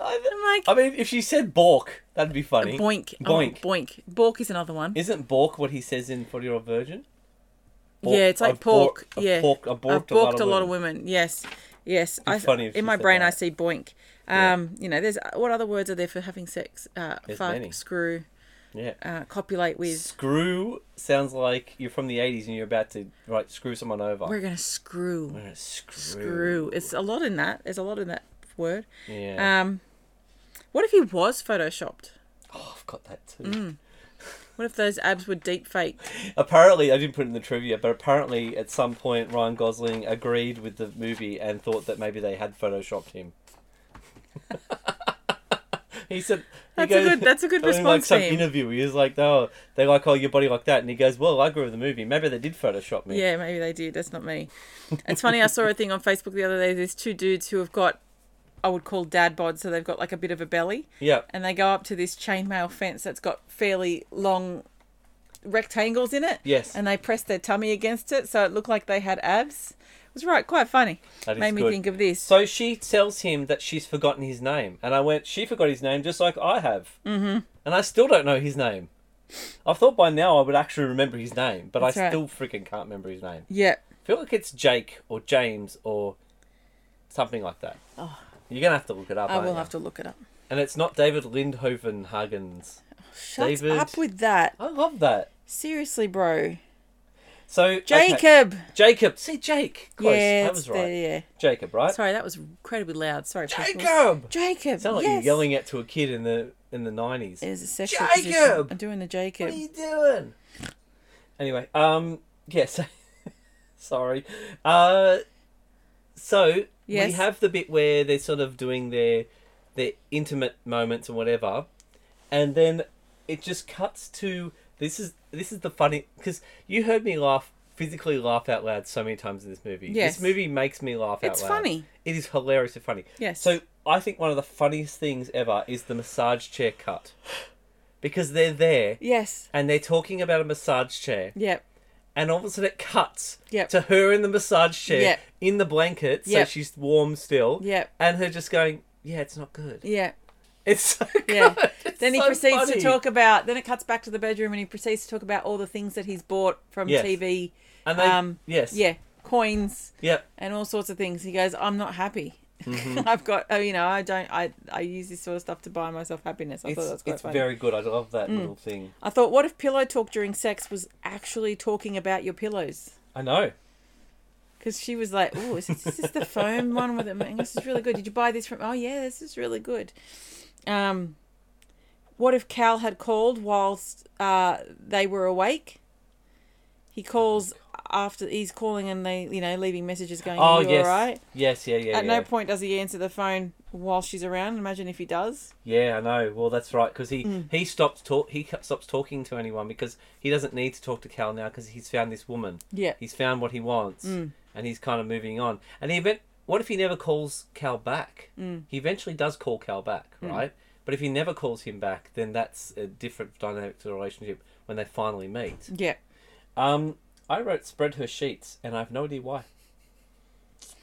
B: I,
A: I'm
B: I
A: like
B: mean, if she said "bork," that'd be funny.
A: boink. Oh,
B: Boink.
A: boink. Bork is another one.
B: Isn't "bork" what he says in Forty Year Old Virgin? Bork-
A: yeah, it's like
B: I've bork-
A: pork.
B: I've
A: yeah.
B: porked- I've borked a lot of
A: a lot of women. Yes. Yes. I,
B: funny if
A: in
B: you
A: my
B: said
A: brain, I
B: that.
A: see boink. Um, You know, there's what other words are there for having sex? Uh,
B: There's
A: fuck,
B: many.
A: screw,
B: Yeah.
A: uh, copulate with.
B: Screw sounds like you're from the 80s and you're about to right screw someone over.
A: We're going to screw.
B: We're gonna screw.
A: Screw. It's a lot in that. There's a lot in that word.
B: Yeah.
A: Um, what if he was photoshopped?
B: oh, I've got that
A: Mm.
B: too.
A: What if those abs were deep fake?
B: Apparently, I didn't put it in the trivia, but apparently at some point Ryan Gosling agreed with the movie and thought that maybe they had photoshopped him. he said he
A: That's a good- that's a good
B: in, like
A: response,
B: some
A: team.
B: interview. He was like, "No, they like oh your body like that," and he goes, "Well, I agree with the movie. Maybe they did photoshop me."
A: Yeah, maybe they did. That's not me. It's funny. I saw a thing on Facebook the other day. There's two dudes who have got, I would call dad bod, so they've got like a bit of a belly,
B: Yeah.
A: and they go up to this chainmail fence that's got fairly long rectangles in it.
B: Yes.
A: And they pressed their tummy against it, so it looked like they had abs. It was right, quite funny.
B: That is
A: Made me
B: good.
A: think of this.
B: So she tells him that she's forgotten his name, and I went, she forgot his name just like I have, mm-hmm. and I still don't know his name. I thought by now I would actually remember his name, but
A: That's
B: I
A: right.
B: still freaking can't remember his name.
A: yeah.
B: feel like it's Jake or James or something like that. You're gonna have to look it up.
A: Oh. I
B: aren't
A: will
B: you?
A: have to look it up.
B: And it's not David Lindhoven Huggins.
A: Shut
B: David-
A: up with that.
B: I love that.
A: Seriously, bro.
B: So okay,
A: Jacob.
B: Jacob. See Jake. Close.
A: Yeah,
B: I
A: it's
B: was
A: the-
B: right.
A: yeah.
B: Jacob, right?
A: Sorry, that was incredibly loud. Sorry, people.
B: Jacob.
A: Jacob.
B: Sound like
A: yes.
B: you're yelling at to a kid in the in the nineties.
A: It
B: What
A: is a sexual
B: Jacob!
A: position. I'm doing the Jacob.
B: are you doing? Anyway, um, yes. sorry. Uh, so we
A: Yes.
B: have the bit where they're sort of doing their their intimate moments and whatever, and then it just cuts to this is this is the funny because you heard me laugh physically laugh out loud so many times in this movie.
A: Yes.
B: This movie makes me laugh out
A: It's
B: loud.
A: funny.
B: It is hilariously funny.
A: Yes.
B: So I think one of the funniest things ever is the massage chair cut. Because they're there
A: Yes.
B: and they're talking about a massage chair
A: Yep.
B: and all of a sudden it cuts
A: Yep.
B: to her in the massage chair
A: Yep.
B: in the blanket
A: Yep.
B: so she's warm still
A: Yep.
B: and her just going yeah it's not good
A: Yeah.
B: it's so good
A: Yeah.
B: It's
A: then he
B: so
A: proceeds to
B: funny.
A: talk about. Then it cuts back to the bedroom, and he proceeds to talk about all the things that he's bought from
B: Yes.
A: TV.
B: and they,
A: um,
B: yes
A: Yeah, coins
B: yep Mm-hmm.
A: and all sorts of things. He goes, "I'm not happy. I've got. Oh, you know, I don't. I I use this sort of stuff to buy myself happiness. I thought
B: it's,
A: that's quite
B: it's
A: funny. Hmm.
B: very good I love that little thing
A: I thought, what if pillow talk during sex was actually talking about your pillows?
B: I know
A: Because she was like, "Oh, is this, is this the foam one with it? Man, This is really good. Did you buy this from? Oh yeah, this is really good." Um, what if Cal had called whilst uh, they were awake? He calls after he's calling, and they, you know, leaving messages going,
B: oh
A: "Are you
B: yes
A: all right?"
B: yes yeah yeah
A: At
B: yeah.
A: no point does he answer the phone while she's around. Imagine if he does.
B: Yeah, I know. Well, that's right because
A: Hmm.
B: he he stops talk he cu- stops talking to anyone because he doesn't need to talk to Cal now because he's found this woman.
A: Yeah.
B: He's found what he wants, and he's kind of moving on. And he event what if he never calls Cal back? Mm. He eventually does call Cal back, right? But if he never calls him back, then that's a different dynamic to the relationship when they finally meet.
A: Yeah.
B: Um, I wrote spread her sheets, and I have no idea why.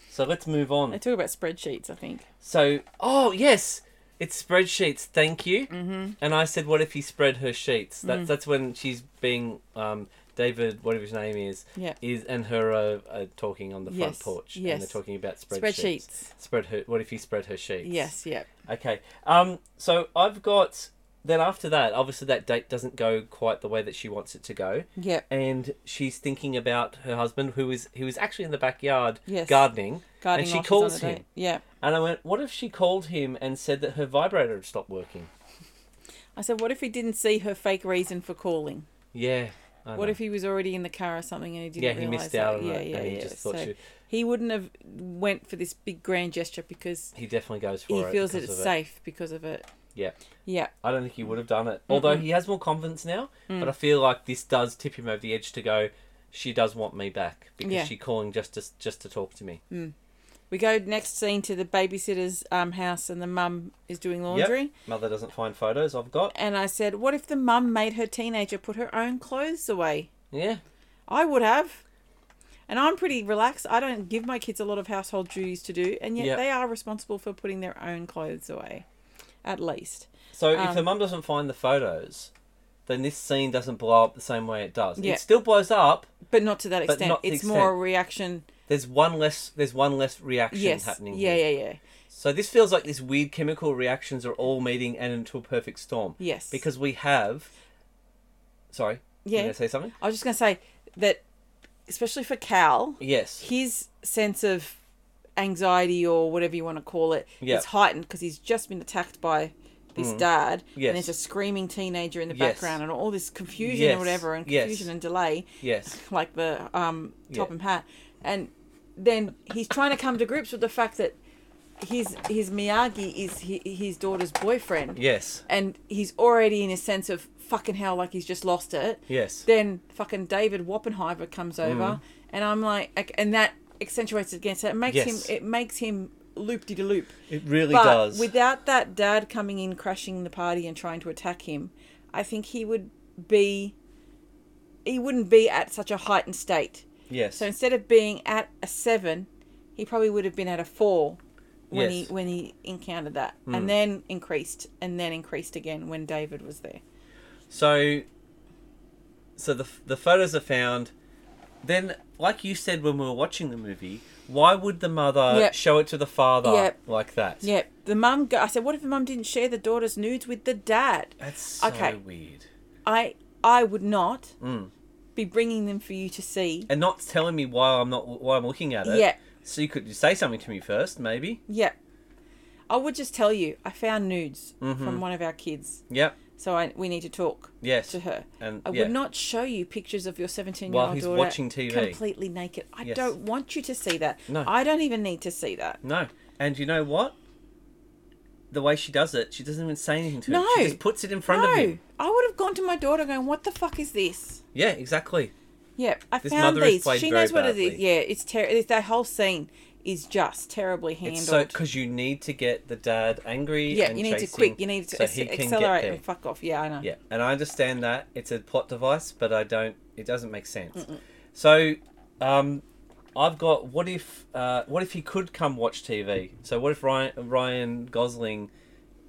B: So let's move on.
A: They talk about spreadsheets, I think.
B: So, oh yes, it's spreadsheets. Thank you. Mm-hmm. And I said, what if he spread her sheets?
A: Mm.
B: That's that's when she's being um, David, whatever his name is,
A: Yeah.
B: is and her are, are talking on the front
A: Yes,
B: porch,
A: yes.
B: and they're talking about spreadsheets.
A: Spreadsheets.
B: Spread her. What if he spread her sheets?
A: Yes. Yeah.
B: Okay. Um. So I've got then after that, obviously that date doesn't go quite the way that she wants it to go.
A: Yep.
B: And she's thinking about her husband, who is who is actually in the backyard
A: Yes.
B: gardening,
A: Guarding
B: and she
A: off is
B: calls
A: on a
B: him.
A: date. Yep.
B: And I went, "What if she called him and said that her vibrator had stopped working?"
A: I said, what if he didn't see her fake reason for calling?
B: Yeah. I
A: What
B: know.
A: if he was already in the car or something and he didn't
B: Yeah, he
A: realize
B: missed
A: that?
B: out on
A: yeah,
B: it
A: yeah,
B: and he
A: yeah.
B: just thought
A: so
B: she-
A: he wouldn't have went for this big grand gesture because
B: he definitely goes for
A: he
B: it?
A: feels that
B: because
A: it's
B: of it.
A: safe because of it.
B: Yeah.
A: Yeah.
B: I don't think he would have done it. Although he has more confidence now,
A: Mm.
B: but I feel like this does tip him over the edge to go. She does want me back because
A: Yeah.
B: she calling just to just to talk to me.
A: We go next scene to the babysitter's um, house and the mum is doing laundry.
B: Yep. Mother doesn't find photos I've got.
A: And I said, what if the mum made her teenager put her own clothes away?
B: Yeah.
A: I would have. And I'm pretty relaxed. I don't give my kids a lot of household duties to do, and yet
B: Yeah.
A: they are responsible for putting their own clothes away, at least.
B: So if
A: Um,
B: her mum doesn't find the photos, then this scene doesn't blow up the same way it does.
A: Yeah.
B: It still blows up.
A: But not to that
B: But
A: extent.
B: not the
A: it's more a
B: extent.
A: reaction.
B: There's one less. There's one less reaction
A: yes.
B: happening.
A: Yeah,
B: here.
A: yeah, yeah.
B: So this feels like this weird chemical reactions are all meeting and into a perfect storm.
A: Yes.
B: Because we have. Sorry. you
A: Yeah.
B: gonna say something.
A: I was just going to say that, especially for Cal,
B: Yes.
A: his sense of anxiety or whatever you want to call it is
B: Yeah. Mm-hmm.
A: heightened because he's just been attacked by this dad
B: Yes.
A: and there's a screaming teenager in the
B: Yes.
A: background and all this confusion
B: Yes.
A: and whatever and
B: Yes.
A: confusion and delay
B: Yes.
A: like the um, top
B: Yeah.
A: and hat and then he's trying to come to grips with the fact that his his Miyagi is hi his daughter's boyfriend
B: Yes.
A: and he's already in a sense of fucking hell, like he's just lost it.
B: Yes.
A: Then fucking David Wappenheimer comes over,
B: Mm-hmm.
A: and I'm like, ac- and that accentuates it against that. It makes
B: Yes.
A: him. It makes him loop de loop.
B: It really
A: But
B: does.
A: without that dad coming in, crashing the party, and trying to attack him, I think he would be. He wouldn't be at such a heightened state.
B: yes.
A: So instead of being at a seven, he probably would have been at a four when
B: Yes. Hmm.
A: he when he encountered that, and then increased, and then increased again when David was there.
B: So, so the the photos are found. Then, like you said when we were watching the movie, why would the mother
A: Yep.
B: show it to the father
A: Yep.
B: like that?
A: Yeah, the mum. Go- I said, "What if the mum didn't share the daughter's nudes with the dad?"
B: That's so
A: Okay.
B: weird.
A: I I would not
B: Hmm.
A: be bringing them for you to see.
B: And not telling me why I'm not why I'm looking at it.
A: Yeah.
B: So you could you say something to me first, maybe.
A: Yeah, I would just tell you I found nudes
B: Mm-hmm.
A: from one of our kids,
B: Yep.
A: so I, we need to talk
B: Yes.
A: to her.
B: And
A: I
B: yeah.
A: would not show you pictures of your 17 year
B: While
A: old
B: he's
A: daughter
B: watching TV.
A: completely naked. I
B: Yes.
A: don't want you to see that.
B: No.
A: I don't even need to see that.
B: No. And you know what? The way she does it, she doesn't even say anything to him.
A: No.
B: She just puts it in front
A: No,
B: of him.
A: I would have gone to my daughter going, What the fuck is this?
B: Yeah, exactly.
A: Yeah, I
B: This
A: found
B: mother is
A: these.
B: played
A: She
B: very
A: knows what it is.
B: badly.
A: Yeah, it's terrible. That whole scene is just terribly handled.
B: It's so because you need to get the dad angry.
A: yeah,
B: and
A: you need to
B: chasing
A: quick. You need to
B: so
A: ac-
B: he can get
A: accelerate
B: there.
A: and fuck off. Yeah, I know.
B: Yeah, and I understand that it's a plot device, but I don't. It doesn't make sense. So, um, I've got what if uh, what if he could come watch TV? So what if Ryan Ryan Gosling?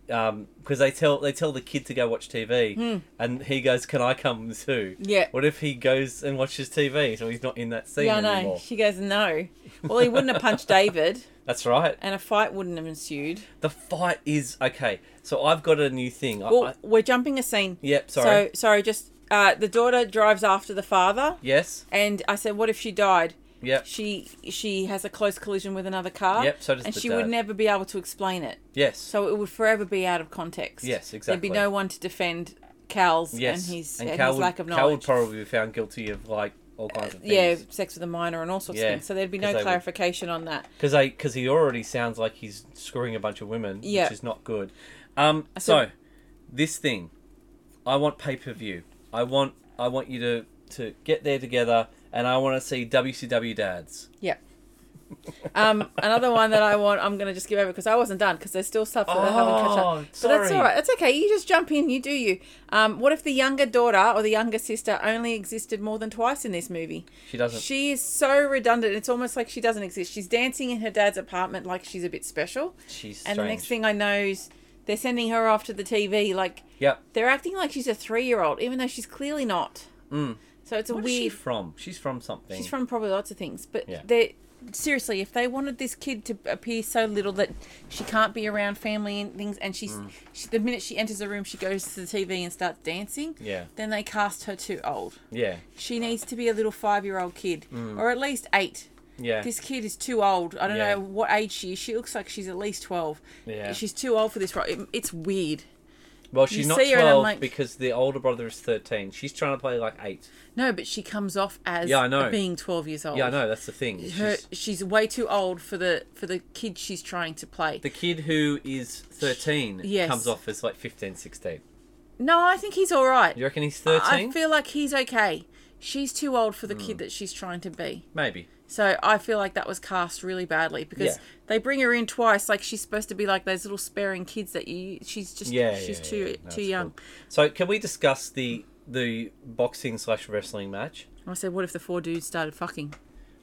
B: Because they tell they tell the kid to go watch TV,
A: Hmm.
B: and he goes, "Can I come too?"
A: Yeah.
B: What if he goes and watches TV, so he's not in that scene
A: Yeah, I know.
B: anymore?
A: She goes, No. Well, he wouldn't have punched David,
B: That's right.
A: and a fight wouldn't have ensued.
B: The fight is okay. So I've got a new thing. I-
A: Well,
B: I-
A: we're jumping a scene.
B: Yep, sorry.
A: So, sorry, just uh, the daughter drives after the father,
B: yes.
A: and I said, What if she died?
B: Yep.
A: She she has a close collision with another car.
B: Yep, so does
A: uh, And
B: the
A: she would
B: dad.
A: never be able to explain it.
B: Yes.
A: So it would forever be out of context.
B: Yes,
A: There'd be
B: exactly.
A: no one to defend Cal's and his, and
B: Cal
A: his
B: would-
A: lack of
B: Cal would
A: knowledge.
B: probably be found guilty of like all kinds of
A: yeah,
B: things.
A: sex with a minor and all sorts
B: Yeah,
A: of things. So there'd be
B: 'cause
A: no
B: they would-
A: clarification on that.
B: because they because he already sounds like he's screwing a bunch of women,
A: Yeah.
B: which is not good. Um, so
A: said-
B: this thing, I want pay per view. I want I want you to to get there together, and I want to see WCW dads.
A: Yeah. um, another one that I want, I'm going to just give over because I wasn't done because there's still stuff that I haven't caught
B: Oh,
A: up. But that's
B: sorry.
A: all right. That's okay. You just jump in. You do you. Um, what if the younger daughter or the younger sister only existed more than twice in this movie?
B: She doesn't.
A: She is so redundant. It's almost like she doesn't exist. She's dancing in her dad's apartment like she's a bit special.
B: She's
A: And
B: strange.
A: the next thing I know is they're sending her off to the TV. Like
B: Yep.
A: they're acting like she's a three year old, even though she's clearly not. Mm. So it's a
B: Where's she
A: weird.
B: from? She's from something.
A: She's from probably lots of things, but
B: Yeah.
A: they seriously, if they wanted this kid to appear so little that she can't be around family and things, and she's
B: Mm.
A: she, the minute she enters the room, she goes to the TV and starts dancing.
B: Yeah.
A: Then they cast her too old.
B: Yeah,
A: She needs to be a little five-year-old kid, or at least eight.
B: Mm. yeah.
A: This kid is too old. I don't
B: Yeah.
A: know what age she is. She looks like she's at least twelve.
B: Yeah.
A: She's too old for this role. It, it's weird.
B: well, she's not
A: see her and I'm
B: twelve
A: like-
B: because the older brother is thirteen. She's trying to play like eight.
A: No, but she comes off as
B: Yeah, I know.
A: being twelve years old.
B: Yeah, I know. That's the thing.
A: Oh. her
B: She's-
A: she's way too old for the for the kid she's trying to play.
B: the kid who is thirteen
A: Yes.
B: comes off as like 15, 16.
A: no, I think he's all right.
B: You reckon he's
A: I I
B: thirteen? Hmm.
A: feel like he's okay. She's too old for the kid that she's trying to be.
B: Maybe.
A: So I feel like that was cast really badly because
B: Yeah.
A: they bring her in twice like she's supposed to be like those little sparing kids that you she's just
B: Yeah,
A: she's
B: yeah,
A: too
B: yeah. No, that's
A: too young.
B: cool. So, can we discuss the the boxing slash wrestling match?
A: I said what if the four dudes started fucking?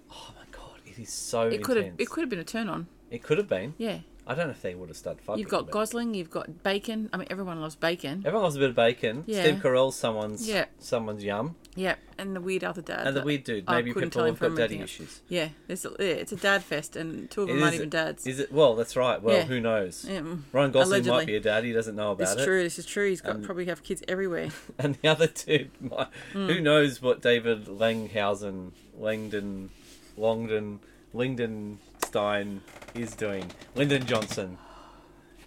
B: Oh my god, it is so
A: It could have
B: intense.
A: it could have been a turn on.
B: It could have been.
A: Yeah.
B: I don't know if they would have started fucking.
A: You've got
B: but-
A: Gosling, you've got Bacon. I mean everyone loves Bacon.
B: Everyone loves a bit of bacon.
A: Yeah.
B: Steve Carell's someone's
A: Yeah.
B: someone's yum,
A: Yeah, and the weird other dad.
B: and the
A: that-
B: weird dude.
A: I
B: Maybe
A: couldn't
B: people
A: tell him
B: have got
A: from
B: daddy
A: anything else.
B: issues.
A: Yeah, it's a, yeah, it's a dad fest, and two of them
B: It
A: aren't
B: is-
A: even dads.
B: Is it? Well, that's right. Well,
A: Yeah.
B: who knows?
A: Mm.
B: Ryan Gosling
A: Allegedly.
B: might be a dad. He doesn't know about
A: It's
B: it.
A: true. This is true. He's got
B: Um,
A: probably have kids everywhere.
B: And the other dude, might, who knows what David Langhausen, Langdon, Longdon, Lindenstein is doing? Lyndon Johnson.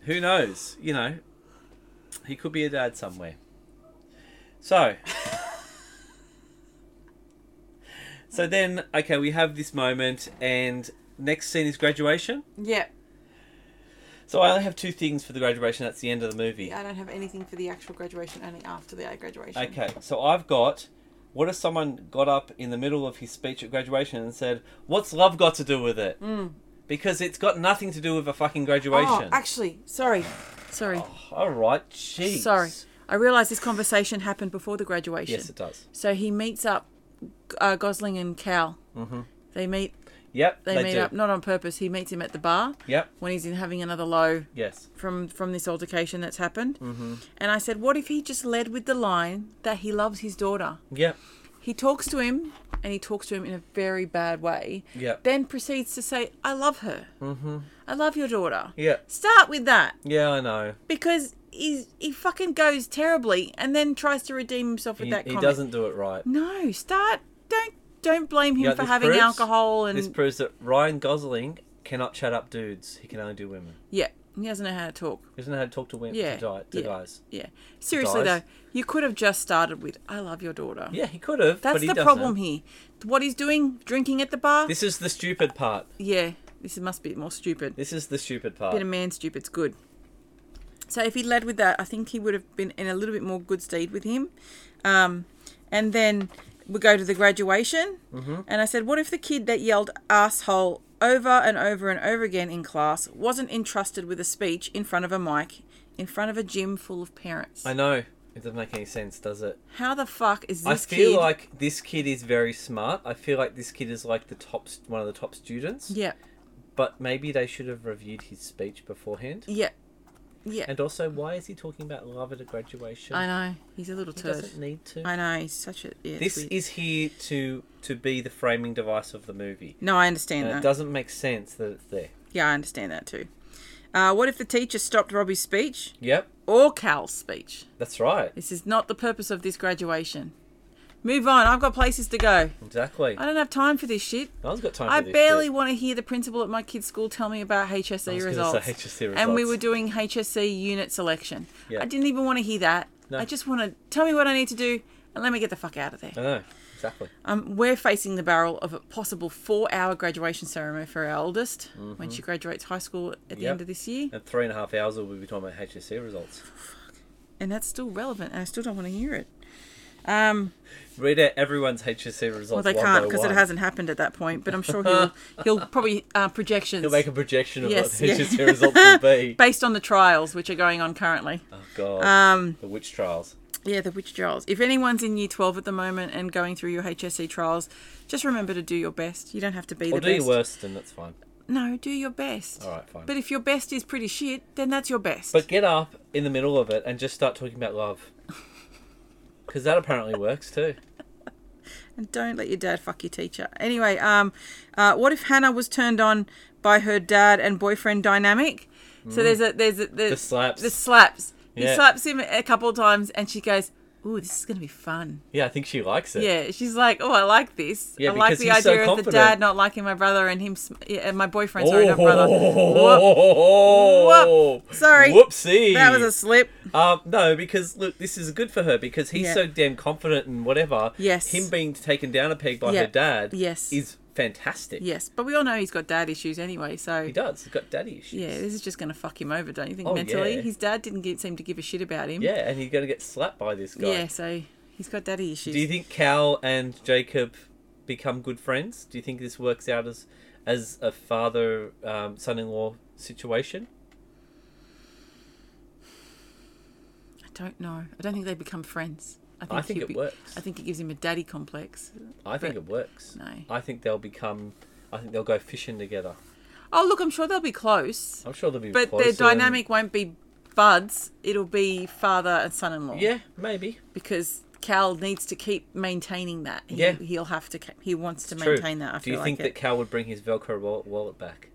B: Who knows? You know, he could be a dad somewhere. So. So then, okay, we have this moment, and next scene is graduation.
D: Yeah.
B: So I only have two things for the graduation. That's the end of the movie.
D: I don't have anything for the actual graduation, only after the graduation.
B: Okay, so I've got. What if someone got up in the middle of his speech at graduation and said, "What's love got to do with it?"
A: Mm.
B: Because it's got nothing to do with a fucking
D: Oh,
B: graduation. Oh,
D: actually, sorry.
A: Sorry,
B: All right, jeez.
A: sorry. I realise this conversation happened before the graduation.
B: Yes, it does.
A: So he meets up uh, Gosling and Cal. Mm-hmm. They meet.
B: Yep,
A: They,
B: they,
A: meet
B: do.
A: up not on purpose. He meets him at the bar
B: Yep,
A: when he's in having another low
B: yes.
A: from from this altercation that's happened. Mm-hmm. And I said, what if he just led with the line that he loves his daughter?
B: Yep,
A: he talks to him and he talks to him in a very bad way.
B: Yep.
A: Then proceeds to say, I love her. Mm-hmm. I love your daughter.
B: yep.
A: Start with that
B: Yeah, I know.
A: because he's, he fucking goes terribly and then tries to redeem himself with
B: He,
A: that
B: he
A: comment.
B: doesn't do it right.
A: No, start. Don't don't blame him
B: Yeah,
A: for
B: this
A: having
B: proves-
A: alcohol and
B: This proves that Ryan Gosling cannot chat up dudes. He can only do women.
A: yeah, he doesn't know how to talk.
B: He doesn't know how to talk to women.
A: Yeah,
B: to, di- to
A: yeah.
B: guys.
A: Yeah, seriously
B: Guys.
A: though, you could have just started with "I love your daughter."
B: Yeah, he could have.
A: that's
B: but he
A: the
B: doesn't.
A: problem here. What he's doing, drinking at the bar.
B: This is the stupid part.
A: yeah, this must be more stupid.
B: This is the stupid part.
A: bit of man stupid's good. So if he led with that, I think he would have been in a little bit more good stead with him. Um, and then we go to the graduation,
B: Mm-hmm.
A: and I said, "What if the kid that yelled asshole over and over and over again in class wasn't entrusted with a speech in front of a mic, in front of a gym full of parents?
B: I know. It doesn't make any sense, does it?
A: How the fuck is
B: I
A: this
B: feel
A: kid?"
B: like this kid is very smart. I feel like this kid is like the top, s- one of the top students.
A: yeah,
B: But maybe they should have reviewed his speech beforehand.
A: yeah, yeah.
B: And also, why is he talking about love at a graduation?
A: I know he's a little
B: He
A: turd.
B: doesn't need to.
A: I know he's such a. Yeah, it's
B: This
A: weird.
B: is here to to be the framing device of the movie.
A: no, I understand
B: And
A: that.
B: it doesn't make sense that it's there.
A: Yeah, I understand that too. Uh, what if the teacher stopped Robbie's speech
B: Yep,
A: or Cal's speech?
B: that's right.
A: This is not the purpose of this graduation. Move on. I've got places to go.
B: Exactly.
A: I don't have time for this shit.
B: No one's got time for
A: I
B: this
A: barely
B: shit.
A: want to hear the principal at my kid's school tell me about HSE
B: I was gonna say
A: results.
B: HSE
A: And we
B: results.
A: were doing HSE unit selection.
B: Yeah.
A: I didn't even want to hear that.
B: No.
A: I just want to tell me what I need to do and let me get the fuck out of there.
B: I know. Exactly.
A: Um, we're facing the barrel of a possible four-hour graduation ceremony for our eldest when she graduates high school at the
B: Mm-hmm. Yep.
A: end of this year.
B: And three and a half hours will be talking about HSC results.
A: and that's still relevant and i still don't want to hear it um
B: Read out everyone's HSC results.
A: well they
B: one
A: can't
B: by
A: because it
B: one.
A: hasn't happened at that point but i'm sure he'll he'll probably uh, projections
B: He'll make a projection of
A: Yes,
B: what
A: yeah.
B: the HSC results will be.
A: based on the trials which are going on currently
B: Oh god.
A: um
B: the witch trials.
A: yeah the witch trials if anyone's in year 12 at the moment and going through your hse trials just remember to do your best you don't have to be
B: Or
A: the
B: do your
A: best
B: worst and that's fine.
A: no do your best
B: Alright, fine.
A: but
B: But,
A: if your best is pretty shit then that's your best
B: get up in the middle of it and just start talking about love. Because that apparently works too.
A: and don't let your dad fuck your teacher. Anyway, um, uh, what if Hannah was turned on by her dad and boyfriend dynamic? So there's a there's a there's,
B: Mm. The slaps.
A: The slaps. He
B: Yeah.
A: slaps him a couple of times, and she goes, "Ooh, this is gonna be fun."
B: Yeah, I think she likes it.
A: Yeah, she's like, "Oh, I like this.
B: Yeah,
A: I like
B: because
A: the
B: he's so
A: idea of the
B: confident.
A: dad not liking my brother and him sm- yeah, and my boyfriend, sorry,
B: Oh,
A: not brother." Whoop. Whoop. Sorry.
B: Whoopsie.
A: That was a slip.
B: Um, no, because look, this is good for her because he's
A: Yeah.
B: so damn confident and whatever.
A: Yes.
B: Him being taken down a peg by
A: Yeah.
B: her dad
A: Yes.
B: is fantastic.
A: Yes, but we all know he's got dad issues anyway, so
B: He does. He's got daddy issues.
A: yeah, this is just going to fuck him over, don't you think?
B: Oh,
A: mentally,
B: yeah.
A: his dad didn't get, seem to give a shit about him.
B: Yeah, and he's going to get slapped by this guy.
A: yeah, so he's got daddy issues.
B: Do you think Cal and Jacob become good friends? Do you think this works out as as a father um, son in law situation?
A: I don't know. I don't think they become friends.
B: I think
A: he'll
B: it
A: be-
B: works.
A: I think it gives him a daddy complex.
B: I think
A: But-
B: it works.
A: no.
B: I think they'll become. I think they'll go fishing together.
A: Oh, look, I'm sure they'll be close,
B: I'm sure they'll be.
A: but
B: closer
A: their
B: than-
A: dynamic won't be buds. It'll be father and son-in-law.
B: Yeah, maybe.
A: because Cal needs to keep maintaining that. He,
B: Yeah.
A: he'll have to. ca- He wants to
B: True.
A: maintain that. I
B: Do
A: feel
B: you
A: like
B: think
A: it.
B: that Cal would bring his Velcro wallet, wallet back?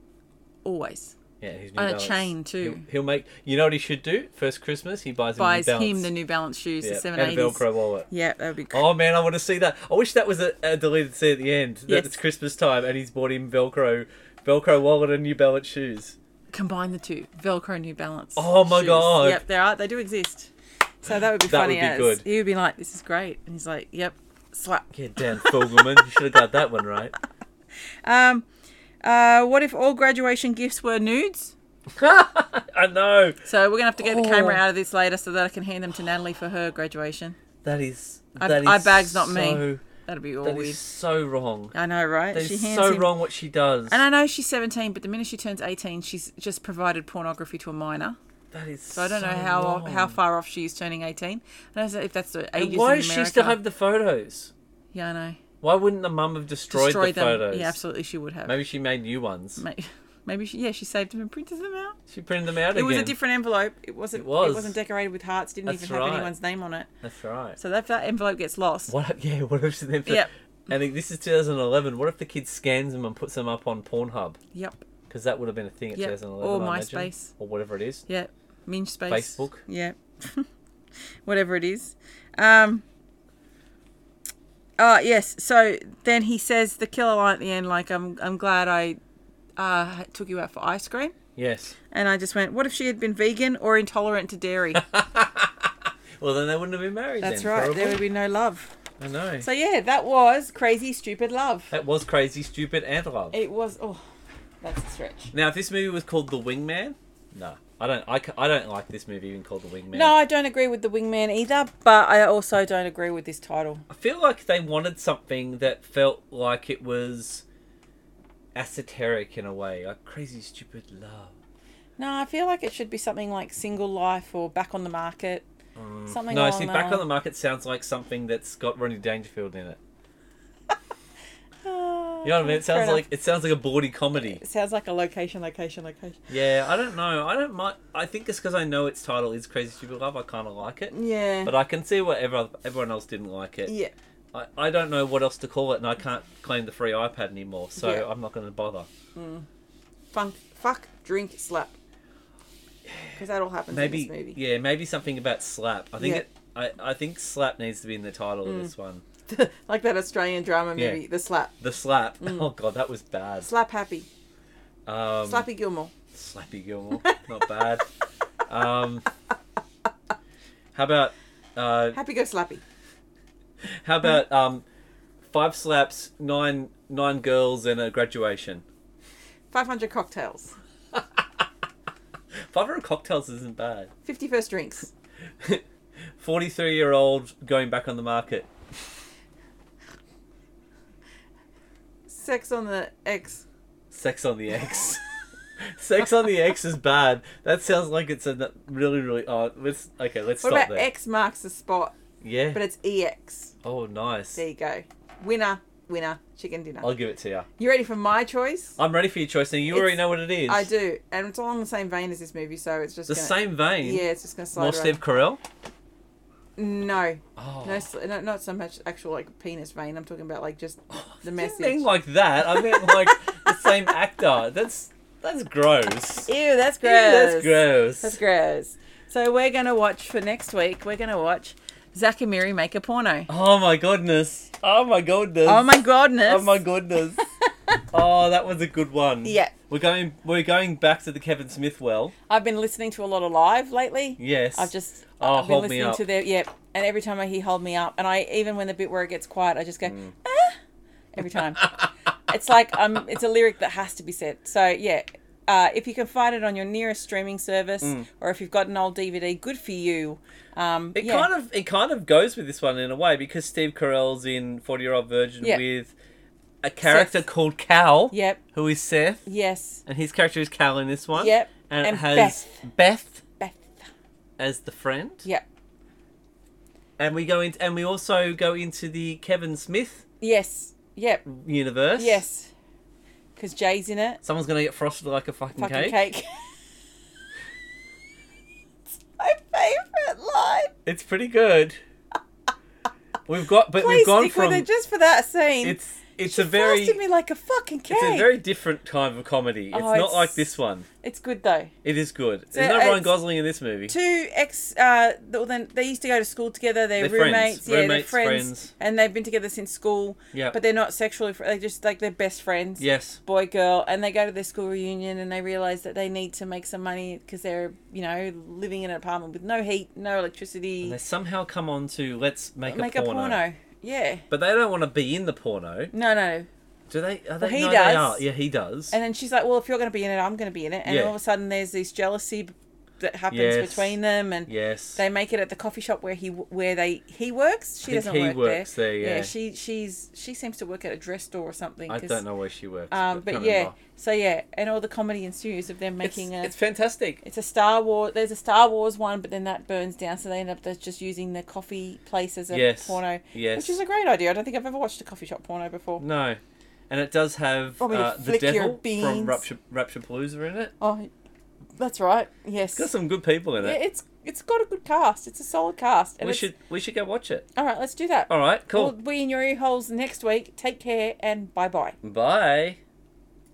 A: always
B: Yeah, his new
A: On a
B: Balance.
A: chain, too.
B: He'll, he'll make. You know what he should do? First Christmas, he buys,
A: buys
B: a new
A: him
B: Balance.
A: the New Balance shoes,
B: yeah,
A: the seven
B: and a
A: eighties.
B: Velcro wallet.
A: Yeah, that would be cool.
B: Oh man, I want to see that. I wish that was a, a deleted scene at the end. That
A: Yes.
B: it's Christmas time and he's bought him Velcro, Velcro wallet and New Balance shoes.
A: Combine the two, Velcro New Balance.
B: Oh my God.
A: Yep, they are. They do exist. So that would be
B: That
A: funny
B: would be
A: as
B: good.
A: he would be like, "This is great," and he's like, "Yep, slap."
B: Yeah, damn fool woman, you should have got that one right.
A: Um, uh, what if all graduation gifts were nudes?
B: I know
A: So we're gonna have to get the
B: Oh.
A: camera out of this later so that I can hand them to Natalie for her graduation.
B: that is
A: I-
B: that is
A: I bag's not
B: so,
A: me. That'd be all
B: That
A: weird.
B: is so wrong.
A: I know, right?
B: That is
A: hands
B: so
A: him-
B: wrong what she does.
A: And I know she's 17, but the minute she turns 18, she's just provided pornography to a minor.
B: that is.
A: So I don't know how
B: wrong.
A: how far off she is turning 18. I don't know if that's the ages
B: And why
A: in
B: does she
A: America.
B: still have the photos?
A: Yeah, I know.
B: Why wouldn't the mum have destroyed
A: Destroy
B: the
A: them.
B: photos?
A: Yeah, absolutely, she would have. Maybe,
B: Maybe she made new ones.
A: maybe she, yeah, she saved them and printed them out.
B: She printed them out
A: It
B: again.
A: was a different envelope. It wasn't. It,
B: It was.
A: was. not decorated with hearts. Didn't
B: That's
A: even have
B: right.
A: anyone's name on it.
B: That's right.
A: So that, that envelope gets lost.
B: What? Yeah. What if she then?
A: Yep.
B: And it- this is 2011. What if the kid scans them and puts them up on Pornhub?
A: Yep.
B: Because that would have been a thing at
A: Yep.
B: 2011.
A: Or
B: I imagine.
A: MySpace.
B: Or whatever it is.
A: Yep. Minge space.
B: Facebook.
A: Yeah. Whatever it is. Um uh, yes. So then he says the killer line at the end, like, I'm I'm glad I uh, took you out for ice cream.
B: Yes.
A: And I just went, What if she had been vegan or intolerant to dairy?
B: Well, then they wouldn't have been married.
A: That's
B: then,
A: right.
B: probably.
A: There would be no love.
B: I know.
A: So yeah, that was crazy, stupid love.
B: that was crazy, stupid, and love.
A: It was oh that's a stretch.
B: Now, if this movie was called The Wingman, no, I don't. I, ca- I don't like this movie even called The Wingman.
A: No, I don't agree with the wingman either, but I also don't agree with this title.
B: I feel like they wanted something that felt like it was esoteric in a way, like crazy, stupid love.
A: No, I feel like it should be something like single life or back on the market. Something
B: Mm. No,
A: along
B: see,
A: that
B: Back on
A: line.
B: the Market sounds like something that's got Ronnie Dangerfield in it. You know what I mean? It sounds like it sounds like a bawdy comedy.
A: Ah, it sounds like a location, location, location.
B: Yeah, I don't know. I don't mind. I think it's because I know its title is Crazy Stupid Love. I kind of like it,
A: Yeah.
B: but I can see why everyone everyone else didn't like it.
A: Mm. yeah.
B: I, I don't know what else to call it, and I can't claim the free iPad anymore, so
A: Yeah.
B: I'm not going to bother.
A: Funk, fuck, drink, slap. Because that all happens in this
B: Maybe
A: movie.
B: yeah, maybe something about slap. I think
A: Yeah. Mm.
B: it. I, I think slap needs to be in the title of this one.
A: like that Australian drama movie,
B: Yeah.
A: The Slap.
B: The slap.
A: Mm.
B: Oh god, that was bad.
A: Slap Happy.
B: Um,
A: Slappy Gilmore.
B: Slappy Gilmore, not bad. Um, how about uh,
A: Happy Go Slappy.
B: how about um, five slaps, nine nine girls, and a graduation?
A: 500 cocktails.
B: Five hundred cocktails isn't bad.
A: 50 first drinks.
B: Forty three year old going back on the market.
A: Sex on the X.
B: Sex on the X. Sex on the X is bad. That sounds like it's a really really. Oh, let's okay. Let's
A: What
B: stop
A: about
B: there.
A: X marks the spot,
B: yeah.
A: but it's EX.
B: oh, nice.
A: There you go. Winner, winner, chicken dinner.
B: I'll give it to you.
A: You ready for my choice?
B: I'm ready for your choice. Now you already
A: It's-
B: know what it is.
A: I do, and it's all on the same vein as this movie, so it's just
B: The
A: gonna,
B: same vein.
A: Yeah, it's just gonna slide.
B: More
A: around.
B: Steve Carell.
A: No.
B: Oh.
A: No, s- no, not so much actual like penis vein. I'm talking about like just the
B: Didn't
A: message.
B: mean like that. I meant like the same actor. That's that's gross.
A: Ew, that's gross.
B: That's gross.
A: That's gross. So we're gonna watch for next week. We're gonna watch Zach and Miri make a porno.
B: Oh my goodness. Oh my goodness.
A: Oh my goodness.
B: Oh my goodness. oh, that was a good one.
A: Yeah.
B: We're going we're going back to the Kevin Smith well.
A: I've been listening to a lot of live lately.
B: Yes.
A: I've just
B: Oh,
A: I've been
B: hold me
A: listening
B: up.
A: to their yep. And every time I hear "Hold Me Up," and I even when the bit where it gets quiet, I just go
B: Mm.
A: ah, every time. it's like um, it's a lyric that has to be said. So yeah, uh, if you can find it on your nearest streaming service, or if you've got an old DVD, good for you. Um,
B: Mm. It
A: yeah.
B: kind of it kind of goes with this one in a way because Steve Carell's in Forty Year Old Virgin
A: Yeah.
B: with a character called Cal,
A: Yep.
B: who is Seth,
A: Yes.
B: and his character is Cal in this one.
A: Yep.
B: And,
A: And
B: it has Beth.
A: Beth.
B: as the friend.
A: Yep.
B: And we go into and we also go into the Kevin Smith
A: Yes. Yep.
B: universe.
A: Yes. Because Jay's in it.
B: Someone's gonna get frosted like a fucking,
A: Fucking cake. It's My favorite line.
B: It's pretty good. We've got, but
A: Please
B: we've gone
A: stick
B: from
A: with it just for that scene.
B: it's it's
A: She
B: a very
A: frosted me like a fucking cake.
B: it's a very different kind of comedy. It's
A: Oh,
B: not like
A: it's-
B: this one.
A: It's good though.
B: It is good.
A: So
B: There's no Ryan
A: it's-
B: Gosling in this movie.
A: Two ex, uh, well, then they used to go to school together. They're,
B: They're
A: roommates.
B: friends.
A: Yeah,
B: Roommates,
A: they're friends,
B: friends.
A: and they've been together since school.
B: Yeah.
A: but they're not sexually. Fr- they're just like they're best friends.
B: Yes.
A: boy girl and they go to their school reunion and they realize that they need to make some money because they're you know living in an apartment with no heat no electricity
B: And they somehow come on to let's make,
A: make
B: a, porno.
A: yeah
B: But they don't want to be in the porno,
A: no no
B: do they? Are they
A: Well, he
B: no,
A: does.
B: They are. Yeah, he does.
A: and then she's like well if you're going to be in it i'm going to be in it and
B: Yeah.
A: all of a sudden there's this jealousy b- that happens
B: Yes.
A: between them and
B: yes.
A: they make it at the coffee shop where he w- where they he works she
B: think
A: doesn't
B: he
A: work
B: works
A: there,
B: there, yeah.
A: she she's she seems to work at a dress store or something
B: I
A: 'cause-
B: don't know where she works.
A: um,
B: can't
A: but yeah,
B: remember.
A: so yeah, and all the comedy ensues of them
B: it's,
A: making a
B: it's fantastic.
A: It's a Star Wars. There's a Star Wars one, but then that burns down, so they end up that's just using the coffee place as a
B: Yes.
A: porno,
B: Yes. Mm.
A: which is a great idea. I don't think I've ever watched a coffee shop porno before.
B: No. And it does have
A: Want me to
B: uh, the
A: flick your
B: devil from
A: beans?
B: Rapture, Rapture Palooza in it.
A: Oh, that's right. Yes,
B: Got some good people in
A: yeah,
B: it.
A: it's it's got a good cast. It's a solid cast. And
B: uh, we
A: it's- Oh.
B: should we should go watch it.
A: All right, let's do that.
B: All right, cool.
A: We'll be in your ear holes next week. Take care and bye bye.
B: Bye.